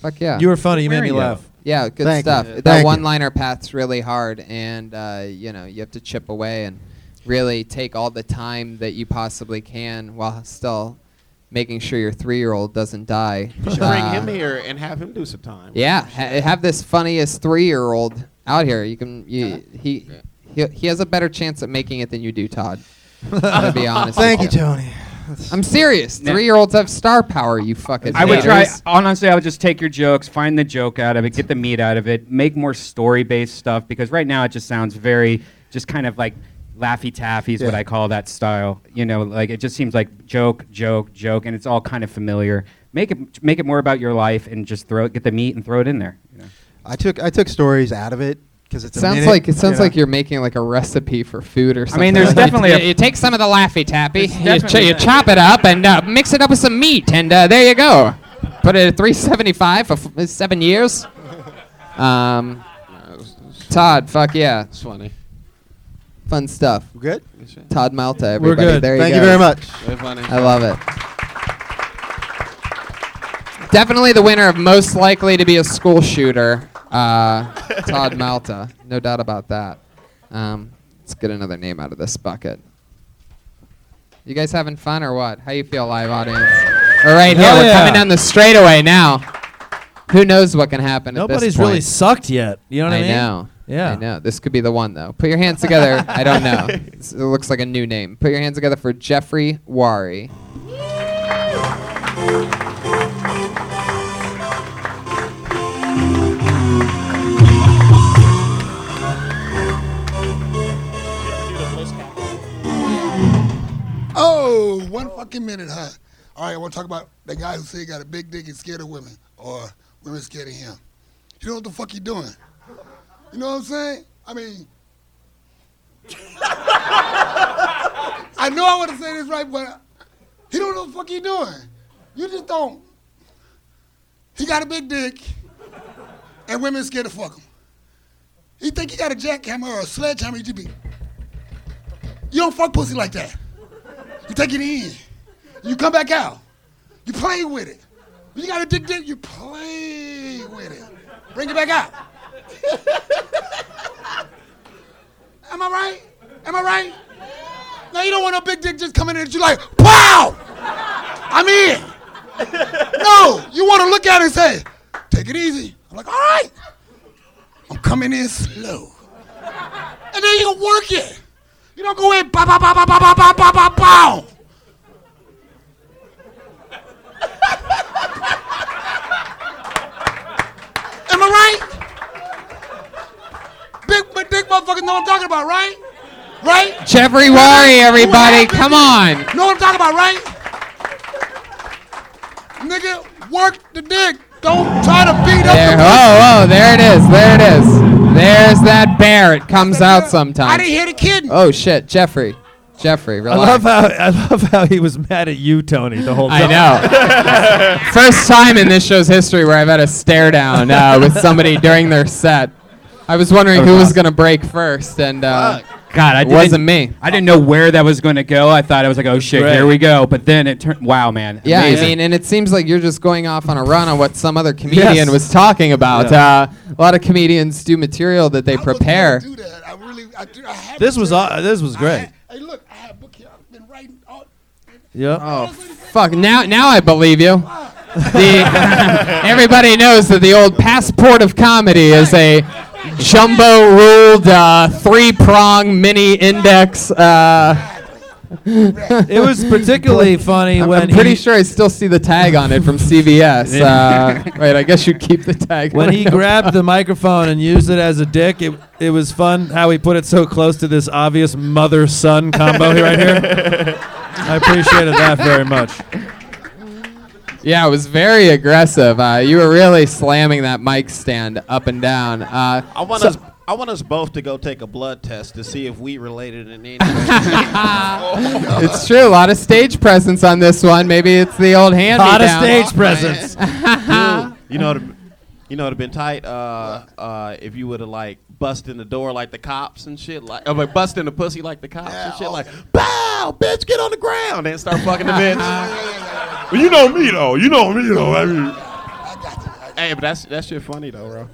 fuck yeah.
You were funny. You made me Wearing laugh. yellow.
Yeah, good
Thank you.
stuff.
Yeah. Thank
That
you.
one-liner path's really hard, and uh, you know you have to chip away and really take all the time that you possibly can while still making sure your three-year-old doesn't die.
You should bring
Uh,
him here and have him do some time.
Yeah, ha- have this funniest three-year-old out here. You can. You, he, he he has a better chance at making it than you do,
<laughs>
Todd. I'm gonna be honest. with
Thank you, Tony.
I'm serious.
Now-
Three-year-olds have star power. You fucking.
I would try.
haters.
Honestly, I would just take your jokes, find the joke out of it, get the meat out of it, make more story-based stuff because right now it just sounds very, just kind of like laffy taffy is what
Yeah.
I call that style. You know, like it just seems like joke, joke, joke, and it's all kind of familiar. Make it, make it more about your life, and just throw it, get the meat, and throw it in there.
I took I took stories out of it because it's a
sounds
minute,
like it sounds
you know.
like you're making like a recipe for food or
I
something.
mean,
<laughs>
there's definitely
you,
a-
you take some of the Laffy Taffy, you, ch-
definitely
you
that.
chop it up, and uh, mix it up with some meat, and uh, there you go. Put it at 375 for f- seven years. Um, Todd, fuck yeah. It's
funny.
Fun stuff.
Good.
Todd Malta, everybody.
We're good.
There
Thank
you, go.
you very much.
Very funny.
I love it. Definitely the winner of most likely to be a school shooter, uh, Todd Malta. No doubt about that. Um, let's get another name out of this bucket. You guys having fun or what? How you feel, live audience? All right, here
Hell
we're
yeah.
coming down the straightaway now. Who knows what can happen? at this
Nobody's
point.
really sucked yet. You know what I mean?
know.
Yeah.
I know. This could be the one though. Put your hands together. I don't
<laughs>
know. It's- It looks like a new name. Put your hands together for Jeffrey Wari.
<laughs> Oh, one fucking minute, huh? All right, I want to talk about the guy who said he got a big dick and scared of women, or women scared of him. You know what the fuck he doing? You know what I'm saying? I mean, I know I want to say this right, but he don't know what the fuck he doing. You just don't. He got a big dick, and women scared to fuck him. He think he got a jackhammer or a sledgehammer. He just be. You don't fuck pussy like that. You take it in. You come back out. You play with it. You got a dick dick, you play with it. Bring it back out. <laughs> Am I right? Am I right? Now you don't want no big dick just coming in at you like, pow! I'm in. No, you want to look at it and say, take it easy. I'm like, all right. I'm coming in slow. And then you work it. You don't go in, pow, pow, pow, pow, pow, pow, pow, pow, pow, pow. Am I right? Big, but big motherfuckers know what I'm talking about, right? Right?
Jeffrey Wari, everybody. Come on.
Know what I'm talking about, right? Nigga, work the dick. Don't try to beat up
There.
the
Oh, oh, there it is. There it is. There's that bear. It comes out sometimes.
I didn't hear the kid.
Oh shit, Jeffrey. Jeffrey,
I
relax.
love how I love how he was mad at you, Tony, the whole
I
time.
know. <laughs> First time in this show's history where I've had a stare down uh, with somebody during their set. I was wondering
That was
who was
awesome.
gonna break first, and uh,
God, I
it
didn't,
wasn't me.
I didn't know where that was going to go. I thought I was like, oh shit,
Right.
here we go. But then it turned. Wow, man.
Yeah,
Amazing.
I mean, and it seems like you're just going off on a run on what some other comedian
Yes.
was talking about.
Yeah.
Uh, a lot of comedians do material that they prepare.
This was aw- this was great. Yep.
Oh fuck! Now, now I believe you. The- <laughs> everybody knows that the old passport of comedy is a jumbo ruled uh, three prong mini index. Uh,
It was particularly funny
I'm,
when
I'm pretty
he-
sure I still see the tag on it from CVS. Uh, right, I guess you keep the tag. <laughs>
When he grabbed the microphone and used it as a dick, it it was fun how he put it so close to this obvious
<laughs>
mother son combo right here. I appreciated that very much.
Yeah, it was very aggressive. Uh, you were really slamming that mic stand up and down. Uh,
I want
so-
us. I want us both to go take a blood test to see if we related in any way.
<laughs>
Oh.
it's true. A lot of stage presence on this one. Maybe it's the old hand.
Lot of
stage presence.
Dude, you know, what'd- you know, it'd been tight uh, uh, if you would have like bust in the door like the cops and shit, like, or like bust in the pussy like the cops and shit, like, bow, bitch, get on the ground and start fucking the
<laughs>
bitch. well, you know me though. You know me though. I mean, hey, but that's that shit funny though, bro.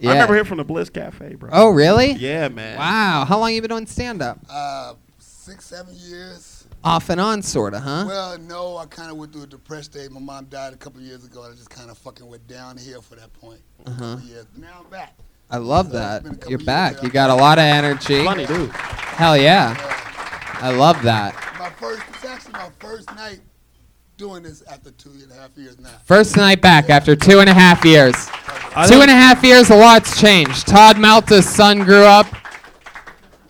Yeah.
I remember here from the Bliss Cafe, bro.
Oh, really?
Yeah, man.
Wow.
<laughs>
How long you been doing stand up?
Uh, six, seven years.
Off and on, sort of, huh?
Well, no, I kind of went through a depressed stage. My mom died a couple of years ago, and I just kind of fucking went downhill for that point. A couple
Uh-huh.
years. Now I'm back.
I love that. You're back. You got a lot of energy.
Funny
dude.
Hell yeah. I love that.
My first, it's actually my first night doing this after two and a half years now.
First night back after two and a half years.
I
Two
think-
and a half years, a lot's changed. Todd Malta's son grew up.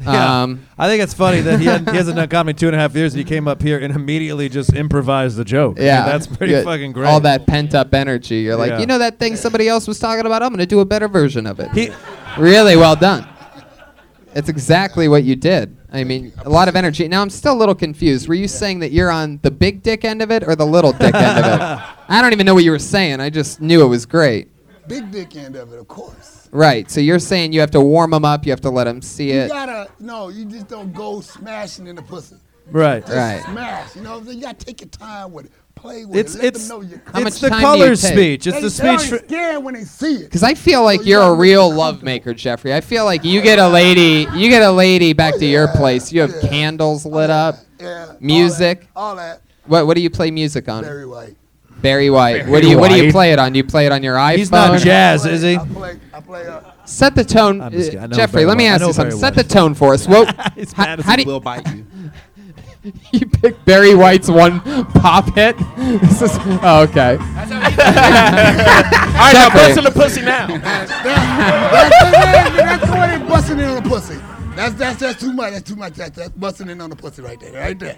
Yeah.
Um,
I think it's funny that he, hadn't, he hasn't done comedy in two and a half years. And he came up here and immediately just improvised the joke. I mean,
Yeah,
that's pretty
Yeah,
fucking great.
All that pent up energy. You're like,
Yeah.
you know that thing somebody else was talking about. I'm gonna do a better version of it. really well done. It's exactly what you did. I mean, a lot of energy. Now I'm still a little confused. Were you saying that you're on the big dick end of it or the little dick end of it? I don't even know what you were saying. I just knew it was great.
Big dick end of it, of course.
Right. So you're saying you have to warm them up. You have to let them see
You
it.
gotta no, you just don't go smashing in the pussy.
Right.
Just
Right.
Smash. You know, what I'm saying? you gotta take your time with it, play with
It's-
it. Let
it's-
them know you're.
How it's much the time do you colors take? speech. It's
They-
the
they already
speech fr-
scared when they see it.
Because I feel
Oh,
like you're a real lovemaker, Jeffrey. I feel like you get a lady, you get a lady
Oh,
back to your place. You have candles lit up,
Yeah.
music.
All that.
What what do you play music on?
Barry White.
Barry White.
Barry
what do you what do you
White.
play it on? Do you play it on your iPhone?
He's not jazz, is he?
Set the tone,
I'm
uh,
just kidding. I know
Jeffrey.
Barry
Let me
White. I
ask
know
you something.
Barry
Set the
White.
tone for us.
<laughs>
What?
He's
how,
mad as
how
a
do you,
will
bite you.
you pick Barry White's one pop hit? <laughs> This is oh, okay.
All right, now
Jeffrey.
bust in the pussy now.
That's, that's, that's, that's the way they busting in on the pussy. That's that's that's too much. That's too much. That's, that's busting in on the pussy right there. Right there.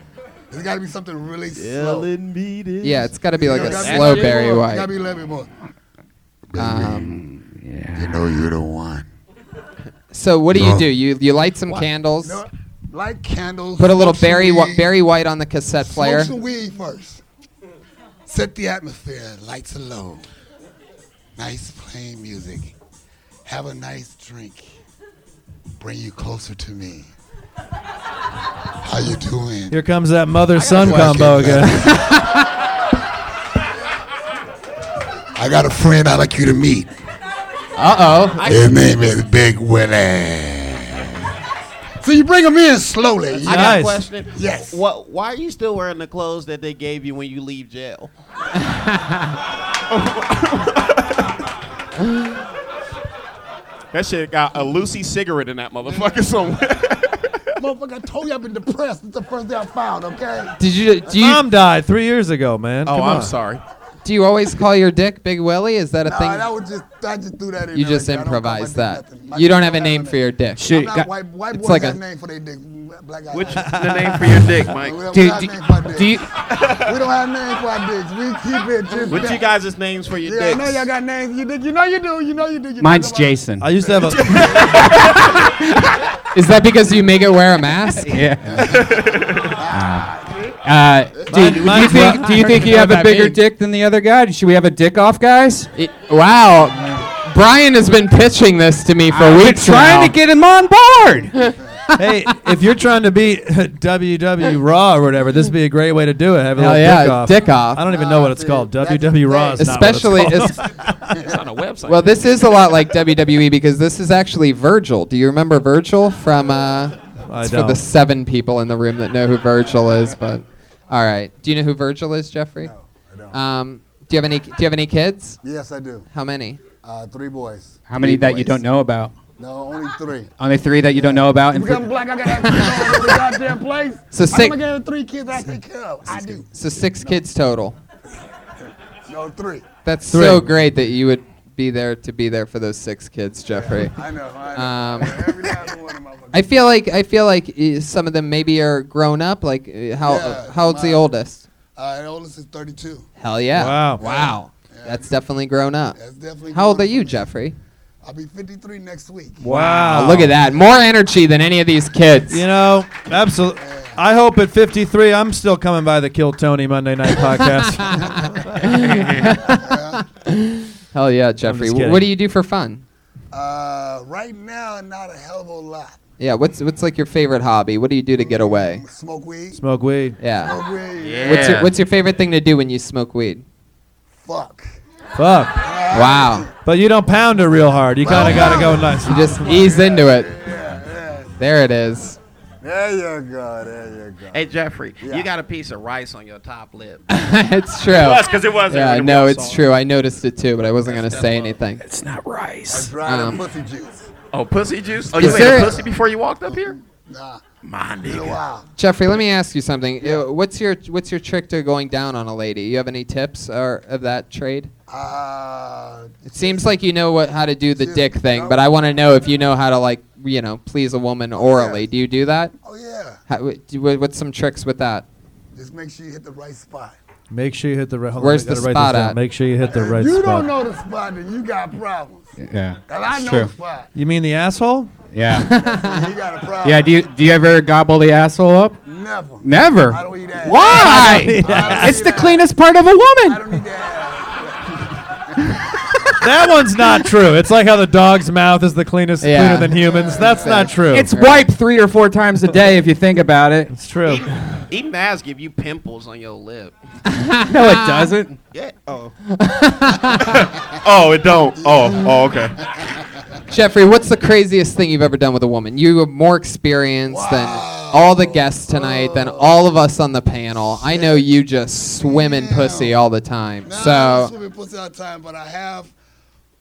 There's gotta be something really slow.
Yeah, it's got to be like
You
a
know, gotta
slow
a little
Barry
more.
White.
Gotta be a little bit more.
Um,
You know you're the one.
So what do you
No.
do? You you light some
What?
candles.
No, light candles.
Put a little
smoke some
Barry Wh-
weed.
Barry White on the cassette player.
Smoke some weed first. Set the atmosphere. Lights are low. Nice plain music. Have a nice drink. Bring you closer to me. How you doing?
Here comes that mother son
I gotta
combo
watch it.
again. <laughs>
I got a friend I'd like you to meet.
Uh
oh. His name is Big Willie. So you bring him in slowly.
I got a question.
Yes.
What? Why are you still wearing the clothes that they gave you when you leave jail? <laughs> that shit got a Lucy cigarette in that motherfucker somewhere.
Motherfucker, I told you I've been depressed. It's the first day I found, okay?
Did you? Do you?
Mom died three years ago, man.
Oh,
Come
I'm
on.
sorry.
Do you always call your dick Big Willie? Is that a
Nah,
thing?
that was just, I just threw that in
you
there.
just
I don't call my
improvise
dick
that.
nothing. My
You don't
dick
have a
don't
name
a
for your dick.
I'm not white, white boys
it's like
got
a.
a name for their dick. Black guys.
Which
don't.
is
<laughs>
the name for your dick, Mike?
We don't
Do-
have
do-
name for our dicks.
do you-
we don't have name for our dicks. We keep it just
What
that.
you guys' names for your
Yeah, I know
dicks?
y'all got names for your dick. You know you do. You know you do. You know
Mine's
nobody-
Jason.
I used to have a.
<laughs> Is that because you make it wear a mask?
<laughs> Yeah.
<laughs>
<laughs> Ah.
Uh, dude, do you
mine's
think
what-
<laughs>
do you think you
what
have a
that
bigger
means.
dick than the other guy? Should we have a dick off, guys?
wow. Brian has been pitching this to me for
We're
weeks.
trying
now.
to get him on board.
hey, <laughs> if you're trying to beat <laughs> WW Raw or whatever, this would be a great way to do it. Have a
Hell
little
yeah,
dick off.
dick off.
I don't even know what it's called. WW Raw is not what it's
Especially-
called. <laughs>
It's on a website.
Well, this is a lot like WWE because this is actually Virgil. Do you remember Virgil from? Uh,
I
it's for the
don't.
seven people in the <laughs> room that know who Virgil is, but all right. Do you know who Virgil is, Jeffrey? No, I don't. Um, do you have any? Do you have any kids?
Yes, I do.
How many?
<laughs> Uh, three boys.
How many that you don't know about?
No, only three.
Only three that you don't know about. And
Because I'm
for,
black, I got access to the goddamn place.
<laughs> So
I'm
sick-
gonna give three kids I take care of. I do.
So six kids total.
No, three.
That's
Three.
so great that you would be there to be there for those six kids, Jeffrey.
<laughs> I know,
I
know. Every last one of
Um,
them,
I eh, feel like I feel like uh, some of them maybe are grown up. Like uh, how
Yeah,
how old's the oldest?
Uh, the oldest is 32.
Hell yeah.
Wow.
Wow. That's definitely grown up.
That's definitely
How old
grown
are
up
you, Jeffrey?
I'll be 53 next week.
Wow, Look at that. More energy than any of these kids.
You know, absolutely. I hope at 53 I'm still coming by the Kill Tony Monday Night <laughs> podcast.
<laughs> Hell yeah,
I'm
Jeffrey.
just
Wh-
kidding.
What do you do for fun?
Uh, right now, not a hell of a lot. Mm,
Yeah, what's what's like your favorite hobby? What do you do to get away?
Smoke weed.
Smoke weed.
Yeah.
Smoke weed.
What's your
Yeah.
what's your favorite thing to do when you smoke weed?
Fuck. Uh,
Fuck.
Wow.
But you don't pound it real hard. You kind of got to go nuts.
You just ease into it. There it is.
There you go. There you go.
Hey Jeffrey,
Yeah.
you got a piece of rice on your top lip.
<laughs> it's true.
It was 'cause it wasn't
Yeah,
really
no,
well
it's
solved.
true. I noticed it too, but I wasn't gonna say anything. Um,
It's not rice.
Dried up pussy juice.
Oh, pussy juice? Oh,
Is
you
there-
ate a pussy before you walked up here?
Nah.
My nigga.
Jeffrey, let me ask you something. Uh, What's your what's your trick to going down on a lady? You have any tips or of that trade?
Uh,
It seems like you know what how to do the dick thing, but I want to know if you know how to like you know please a woman orally. Do you do that?
Oh yeah.
How, wh- do, wh- what's some tricks with that?
Just make sure you hit the right spot.
Make sure you hit the right. hold on,
Where's
I gotta
the
write this
spot
down.
at?
Make sure you hit the
If
right
you
spot.
don't know the spot, then you got problems.
Yeah.
And I
It's
know
true.
the spot.
You mean
<laughs>
the asshole?
<laughs>
Yeah.
you got a problem.
yeah. Do you do you ever gobble the asshole up?
Never.
Never.
I don't eat ass.
Why?
I don't eat ass.
<laughs> It's the cleanest part of a woman.
that one's not true. It's like how the dog's mouth is the cleanest,
Yeah.
cleaner than humans. That's not true.
It's wiped three or four times a day if you think about it.
It's true.
Eating ass give you pimples on your
<laughs>
lip.
no, it doesn't.
Yeah. Oh.
oh, it don't. Oh, oh, okay.
Jeffrey, what's the craziest thing you've ever done with a woman? You have more experience than all the guests tonight, than all of us on the panel. I know you just swim in pussy all the time.
Nah, I don't
so,
swim in pussy all the time, but I have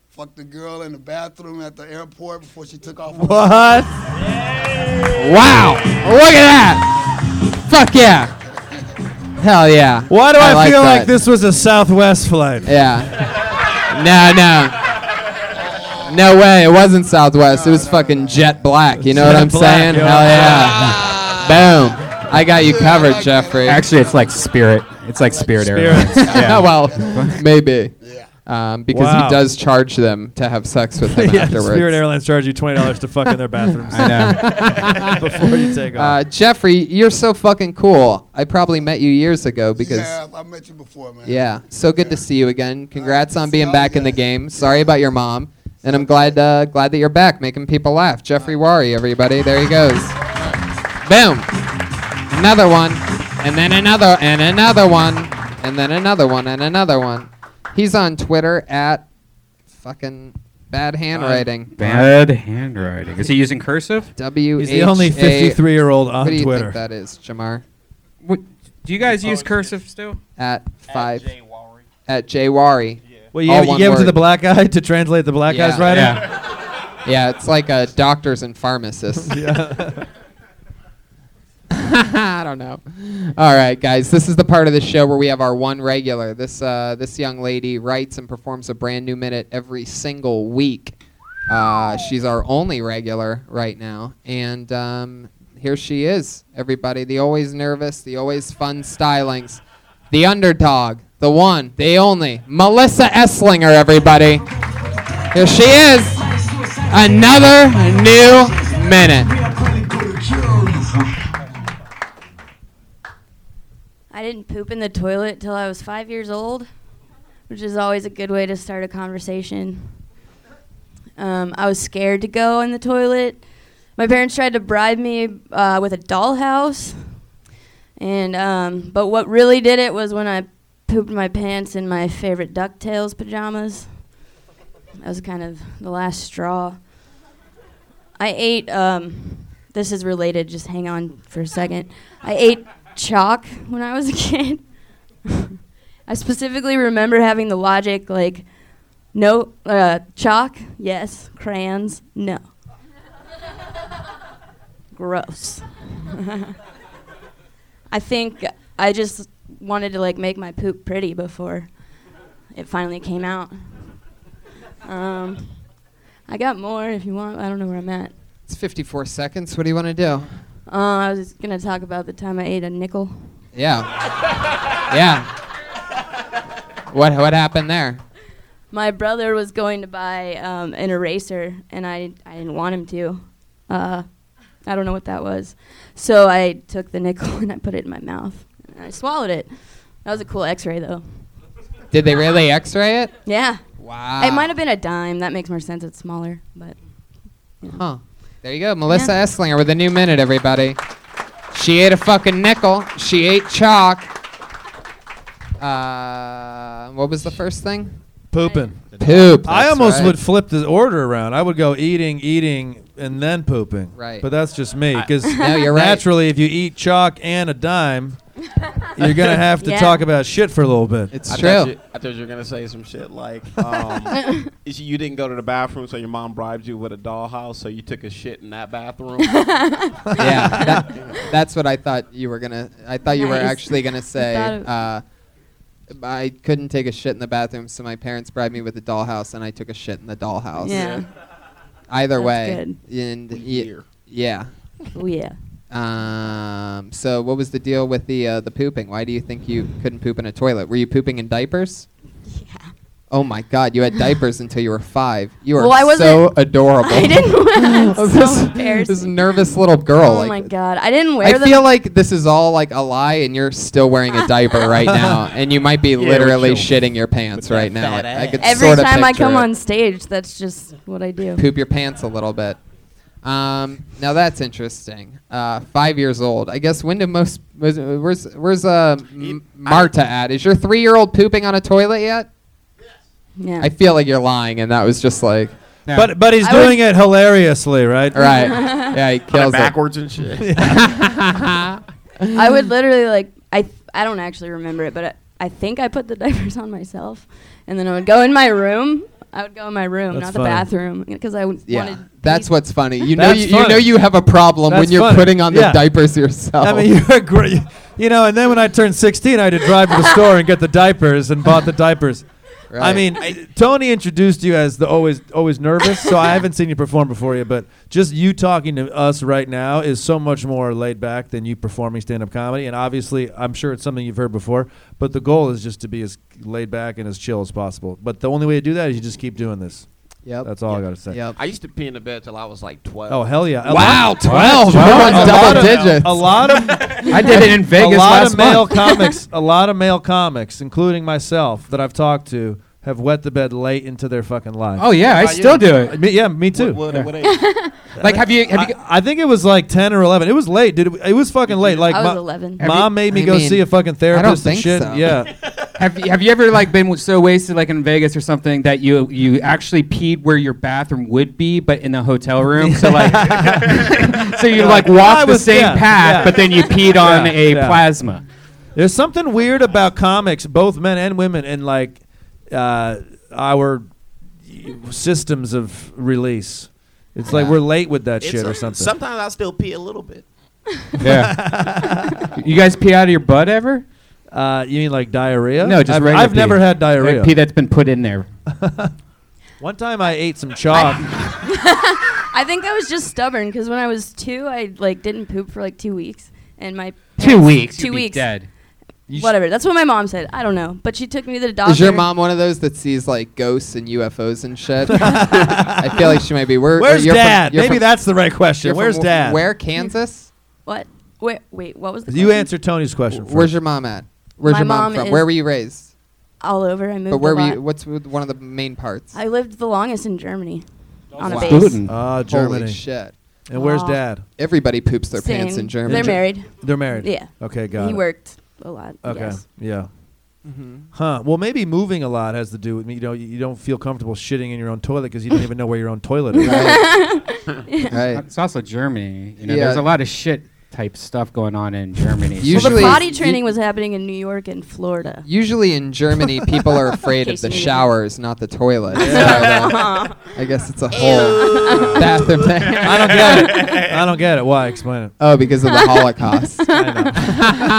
fucked a girl in the bathroom at the airport before she took off.
What?
wow. Look at that. Fuck yeah. Hell yeah.
Why do I, feel
that.
like this was a
<laughs>
Southwest flight?
Yeah. No, no. No way. It wasn't Southwest. It was fucking Jet Black. You know what
Jet
I'm
Black,
saying?
yo.
Hell yeah. Boom. I got you covered, Jeffrey.
Actually, it's like Spirit. It's like Spirit,
Spirit.
Airlines. Yeah.
<laughs> well, maybe. Um, because
Wow.
he does charge them to have sex with him
<laughs> yeah,
afterwards.
Spirit Airlines charge you twenty dollars to fuck in their bathrooms.
<laughs> I know.
<laughs> Before you take off.
Uh, Jeffrey, you're so fucking cool. I probably met you years ago because.
Yeah, I met you before, man.
Yeah, so good to see you again. Congrats on being back in the game. Sorry about your mom, and I'm glad uh, glad that you're back, making people laugh. Jeffrey Wari, everybody, there he goes. Boom, another one, and then another, and another one, and then another one, and another one. He's on Twitter at fucking bad handwriting.
Bad handwriting. Is he using cursive?
W.
He's the only
H A-
53-year-old on
What do you
Twitter.
think that is, Jamar?
Do you guys use cursive still?
At five. At Jaywari.
Well, you,
All
gave- you
one
gave it to
word.
the black guy to translate the black guy's writing.
Yeah. Yeah, it's like uh, doctors and
<laughs>
pharmacists. <laughs> I don't know. All right, guys, this is the part of the show where we have our one regular. This uh, this young lady writes and performs a brand new minute every single week. Uh, she's our only regular right now, and um, here she is, everybody. The always nervous, the always fun stylings, the underdog, the one, the only, Melissa Esslinger, everybody. Here she is, another new minute.
I didn't poop in the toilet till I was five years old, which is always a good way to start a conversation. Um, I was scared to go in the toilet. My parents tried to bribe me uh, with a dollhouse, and um, but what really did it was when I pooped my pants in my favorite Ducktales pajamas. That was kind of the last straw. I ate. Um, this is related. Just hang on for a second. I ate chalk when I was a <laughs> kid. I specifically remember having the logic like, no uh, chalk, yes, crayons, no. <laughs> Gross. <laughs> I think I just wanted to like make my poop pretty before it finally came out. Um, I got more if you want. I don't know where I'm at.
It's 54 seconds. What do you want to do?
Uh, I was gonna talk about the time I ate a nickel.
Yeah. yeah. What what happened there?
My brother was going to buy um, an eraser, and I, I didn't want him to. Uh, I don't know what that was. So I took the nickel <laughs> and I put it in my mouth, and I swallowed it. That was a cool x ray, though.
Did they really X-ray it?
Yeah.
Wow.
It might have been a dime. That makes more sense. It's smaller, but.
Huh. There you go, Melissa Esslinger with a new minute, everybody. She ate a fucking nickel. She ate chalk. Uh, what was the first thing?
Pooping.
Poop,
I
that's
almost
right.
would flip the order around. I would go eating, eating, and then pooping.
Right.
But that's just me. Because
<laughs> No, you're right.
naturally, if you eat chalk and a dime, you're going to have to
Yeah.
talk about shit for a little bit.
I thought you- I thought you were gonna say some shit like,
<laughs>
um, is you didn't go to the bathroom, so your mom bribed you with a dollhouse, so you took a shit in that bathroom.
<laughs> yeah, that, that's what I thought you were gonna. I thought you were
Nice.
actually gonna say.
Thought of-
Uh, I couldn't take a shit in the bathroom, so my parents bribed me with a dollhouse, and I took a shit in the dollhouse.
Yeah. Yeah.
Either
That's
way, and y- yeah.
Oh, yeah.
Um. So, what was the deal with the uh, the pooping? Why do you think you couldn't poop in a toilet? Were you pooping in diapers? Yeah. Oh my God! You had diapers until you were five. You are
Well, I
so
wasn't-
adorable.
<laughs> I didn't- I'm so
<laughs> This- This
embarrassed.
nervous little girl.
oh
like,
my god! I didn't wear
I
them.
feel like this is all like a lie, and you're still wearing a diaper
<laughs>
right now, and you might be
with
literally
your-
shitting your pants right now. I, I could
Every
sort of
time I come
it.
on stage, that's just what I do.
poop your pants a little bit. Um, now that's interesting. Uh, five years old. I guess when did most was, where's where's uh, M- Marta at? Is your three year old pooping on a toilet yet?
Yeah.
I feel like you're lying, and that was just like.
But but he's doing it hilariously, right?
<laughs>
Right. Yeah, he kills it. backwards
and shit.
I would literally like I th- I don't actually remember it, but I, I think I put the diapers on myself, and then I would go in my room. I would go in my room,
That's
not the
funny.
bathroom, because I would
Yeah,
wanted. <laughs>
that's what's funny. You know,
That's
you, you know
funny.
you have a problem when
That's
you're
funny.
putting on the
Yeah.
diapers yourself.
I mean, you're a great. You know, and then when I turned 16, I had to drive to the store and get the diapers and bought the diapers. I
Right.
mean, Tony introduced you as the always always nervous, so I haven't seen you perform before yet. But just you talking to us right now is so much more laid back than you performing stand up comedy. And obviously, I'm sure it's something you've heard before. But the goal is just to be as laid back and as chill as possible. But the only way to do that is you just keep doing this.
Yep.
That's all I got to say.
I used to pee in the bed till I was like 12.
Oh hell yeah! A
Wow,
lot-
12.
A
We're
lot-
on
a
double
lot of-
digits.
A
<laughs>
lot of
I did it in Vegas
A lot
last
of male
month.
comics, a lot of male comics, including myself, that I've talked to, have wet the bed late into their fucking life.
Oh, yeah, I How about still you? do it.
Me- yeah, me too.
what-
Yeah.
what <laughs> age? Like, have you- have you-
I, I think it was like ten or eleven. It was late, dude. It was fucking late. Like
I was
mo-
11. Have
Mom
you-
made me
I
go
mean,
see a fucking
I don't
therapist and
think
shit. <laughs>
so. <laughs>
Yeah.
have you, have you ever like been so wasted like in Vegas or something that you you actually peed where your bathroom would be but in the hotel room so
<laughs>
like <laughs> so you like
I
walk the
was-
same
yeah,
path
yeah.
but
<laughs>
then you peed on
Yeah,
a
yeah.
plasma
There's something weird about comics, both men and women, and like uh, our systems of release. It's like
Yeah.
we're late with that
It's
shit or
a-
<laughs>
something.
Sometimes I still pee a little bit.
yeah <laughs> you guys pee out of your butt ever
uh, you mean like diarrhea
no just
I've,
regular
I've
pee.
never had diarrhea
Like pee that's been put in there
one time I ate some chalk
I think I was just stubborn because when I was two, I like didn't poop for like two weeks, and my
Two
parents-
weeks?
2
You'd be
weeks
dead. You sh-
Whatever. That's what my mom said. I don't know, but she took me to the doctor.
Is your mom one of those that sees like ghosts and UFOs and
<laughs>
shit? I feel like she might be. Where,
Where's
you're from-
dad?
you're
Maybe
from-
that's the right question.
you're from
Where's
wh-
dad?
Where Kansas?
<laughs> What? Wait, wait. What was the
you
question?
answer Tony's question first.
Where's your mom at? Where's
My
your mom,
mom
from?
is-
Where were you raised?
all over? I moved.
But where
a
were
lot.
you? What's with one of the main parts?
I lived the longest in Germany on a
Wow.
base.
Ah,
Holy
Germany.
shit.
And where's Wow. dad?
Everybody poops their pants
Same.
in Germany.
They're married.
They're married.
<laughs> Yeah.
Okay, got
he
it.
worked a lot.
Okay.
Yes.
Yeah.
Mm-hmm.
Huh. Well, maybe moving a lot has to do with you know you you don't feel comfortable shitting in your own toilet because you don't even know where your own
<laughs>
toilet is.
it's also Germany you know
Yeah.
there's a lot of shit type stuff going on in Germany
well, the potty training was happening in New York and Florida.
Usually
<laughs>
in Germany, people are afraid of
case
the
you need to-
showers, not the toilet. <laughs>
Yeah.
So, uh, I guess it's a whole bathroom thing.
<laughs> I don't get it. I don't get it. Why? Explain it.
Oh, because of
<laughs>
the Holocaust.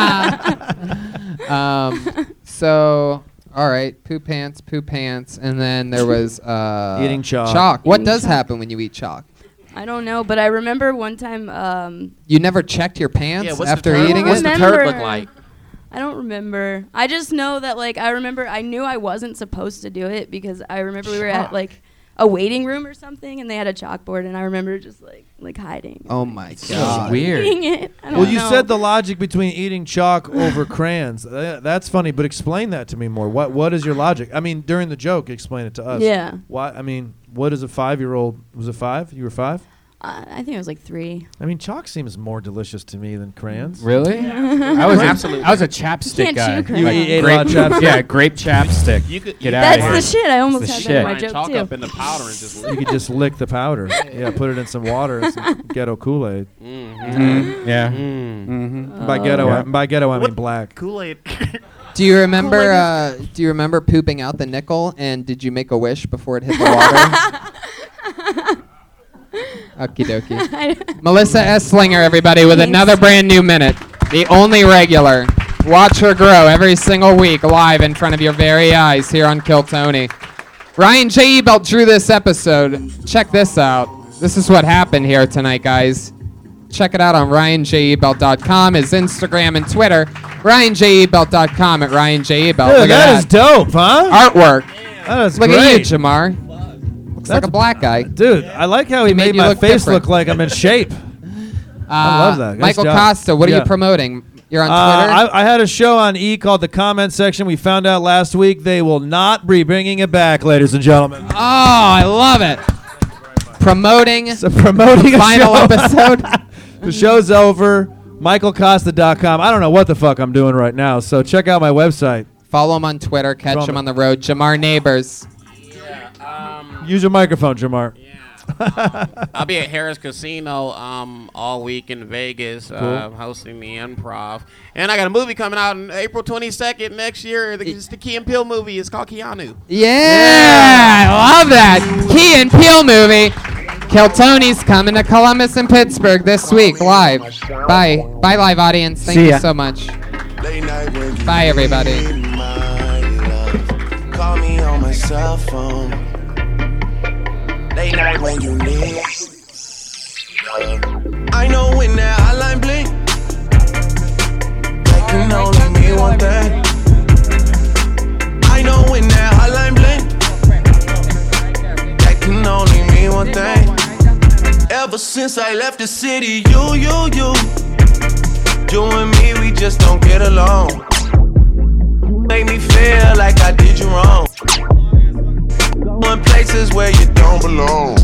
I
<laughs>
know.
um, so, all right, poo pants, poo pants, and then there was uh,
Eating chalk.
Chalk. What
Eating
does
chalk.
happen when you eat chalk?
<laughs> I don't know, but I remember one time. Um,
You never checked your pants
Yeah, what's the
after
term?
eating
What's
it.
the turd look Remember. like? I don't remember. I just know that like I remember I knew I wasn't supposed to do it because I remember we were at like a waiting room or something and they had a chalkboard and I remember just like like hiding.
Oh my
Just
god!
eating it. I don't
Well, you
know.
said the logic between eating chalk over crayons. Th- That's funny, but explain that to me more. What What is your logic? I mean, during the joke, explain it to us.
Yeah.
Why? I mean, what is a five year old? Was it five? You were five.
Uh, I think I was like three.
I mean, chalk seems more delicious to me than crayons.
Really?
Yeah.
I was
Absolutely.
absolutely. I was a
You can't chew
chapstick guy.
crayons. You
grape,
ate a lot of chapstick.
Yeah, grape chapstick.
You could-
Get
you
out
could-
of
That's
here.
the shit. I almost
It's the
had that in my
shit.
joke,
Chalk
too.
up in the powder and
<laughs>
just
You could just lick
<laughs>
the powder. Yeah, put it in some water, and some ghetto Kool Aid.
Mhm. Yeah.
Mm-hmm. By ghetto, I, by ghetto, I mean black.
Kool Aid.
Do you remember? Uh, do you remember pooping out the nickel? And did you make a wish before it hit the water? Okie
<laughs>
dokie. <laughs> Melissa S. Slinger, everybody, with another brand new minute. The only regular. Watch her grow every single week, live in front of your very eyes here on Kill Tony. Ryan J. Ebelt drew this episode. Check this out. This is what happened here tonight, guys. Check it out on ryanjebelt.com, his Instagram and Twitter. ryanjebelt.com at ryanjebelt.
Dude,
Oh, Look
that
at
is dope, huh?
Artwork.
That is
Look at
great.
you, Jamar. Looks like a black guy.
Dude, I like how he,
He made
made,
you
my
look
face
different.
look like I'm in shape. I
Uh,
love that. Nice
Michael
job.
Costa, what are
Yeah.
you promoting? You're on Twitter?
Uh, I, I had a show on E called The Comment Section. We found out last week they will not be bringing it back, ladies and gentlemen.
Oh, I love it. Promoting,
so promoting
the
a
final
show.
episode.
<laughs> the show's over. MichaelCosta.com. I don't know what the fuck I'm doing right now, so check out my website.
Follow him on Twitter. Catch
From-
him on the road. Jamar Neighbors.
Um,
Use your microphone, Jamar. <laughs>
I'll be at Harris Casino um, all week in Vegas, uh, hosting the improv. And I got a movie coming out on April 22nd next year. The- It's the Key and Peele movie. It's called Keanu.
Yeah, I love that. Key and Peele movie. Keltoni's coming to Columbus and Pittsburgh this week live. Bye. Bye, live audience. Thank
See
you
ya.
so much. Bye, everybody.
Call me on my cell phone. Late night when you need. I know when that hotline blink. I can only mean one thing. I know when that hotline blink. That can only mean one thing. Ever since I left the city, you, you, you. You and me, we just don't get along. Make me feel like I did you wrong. Going places where you don't belong.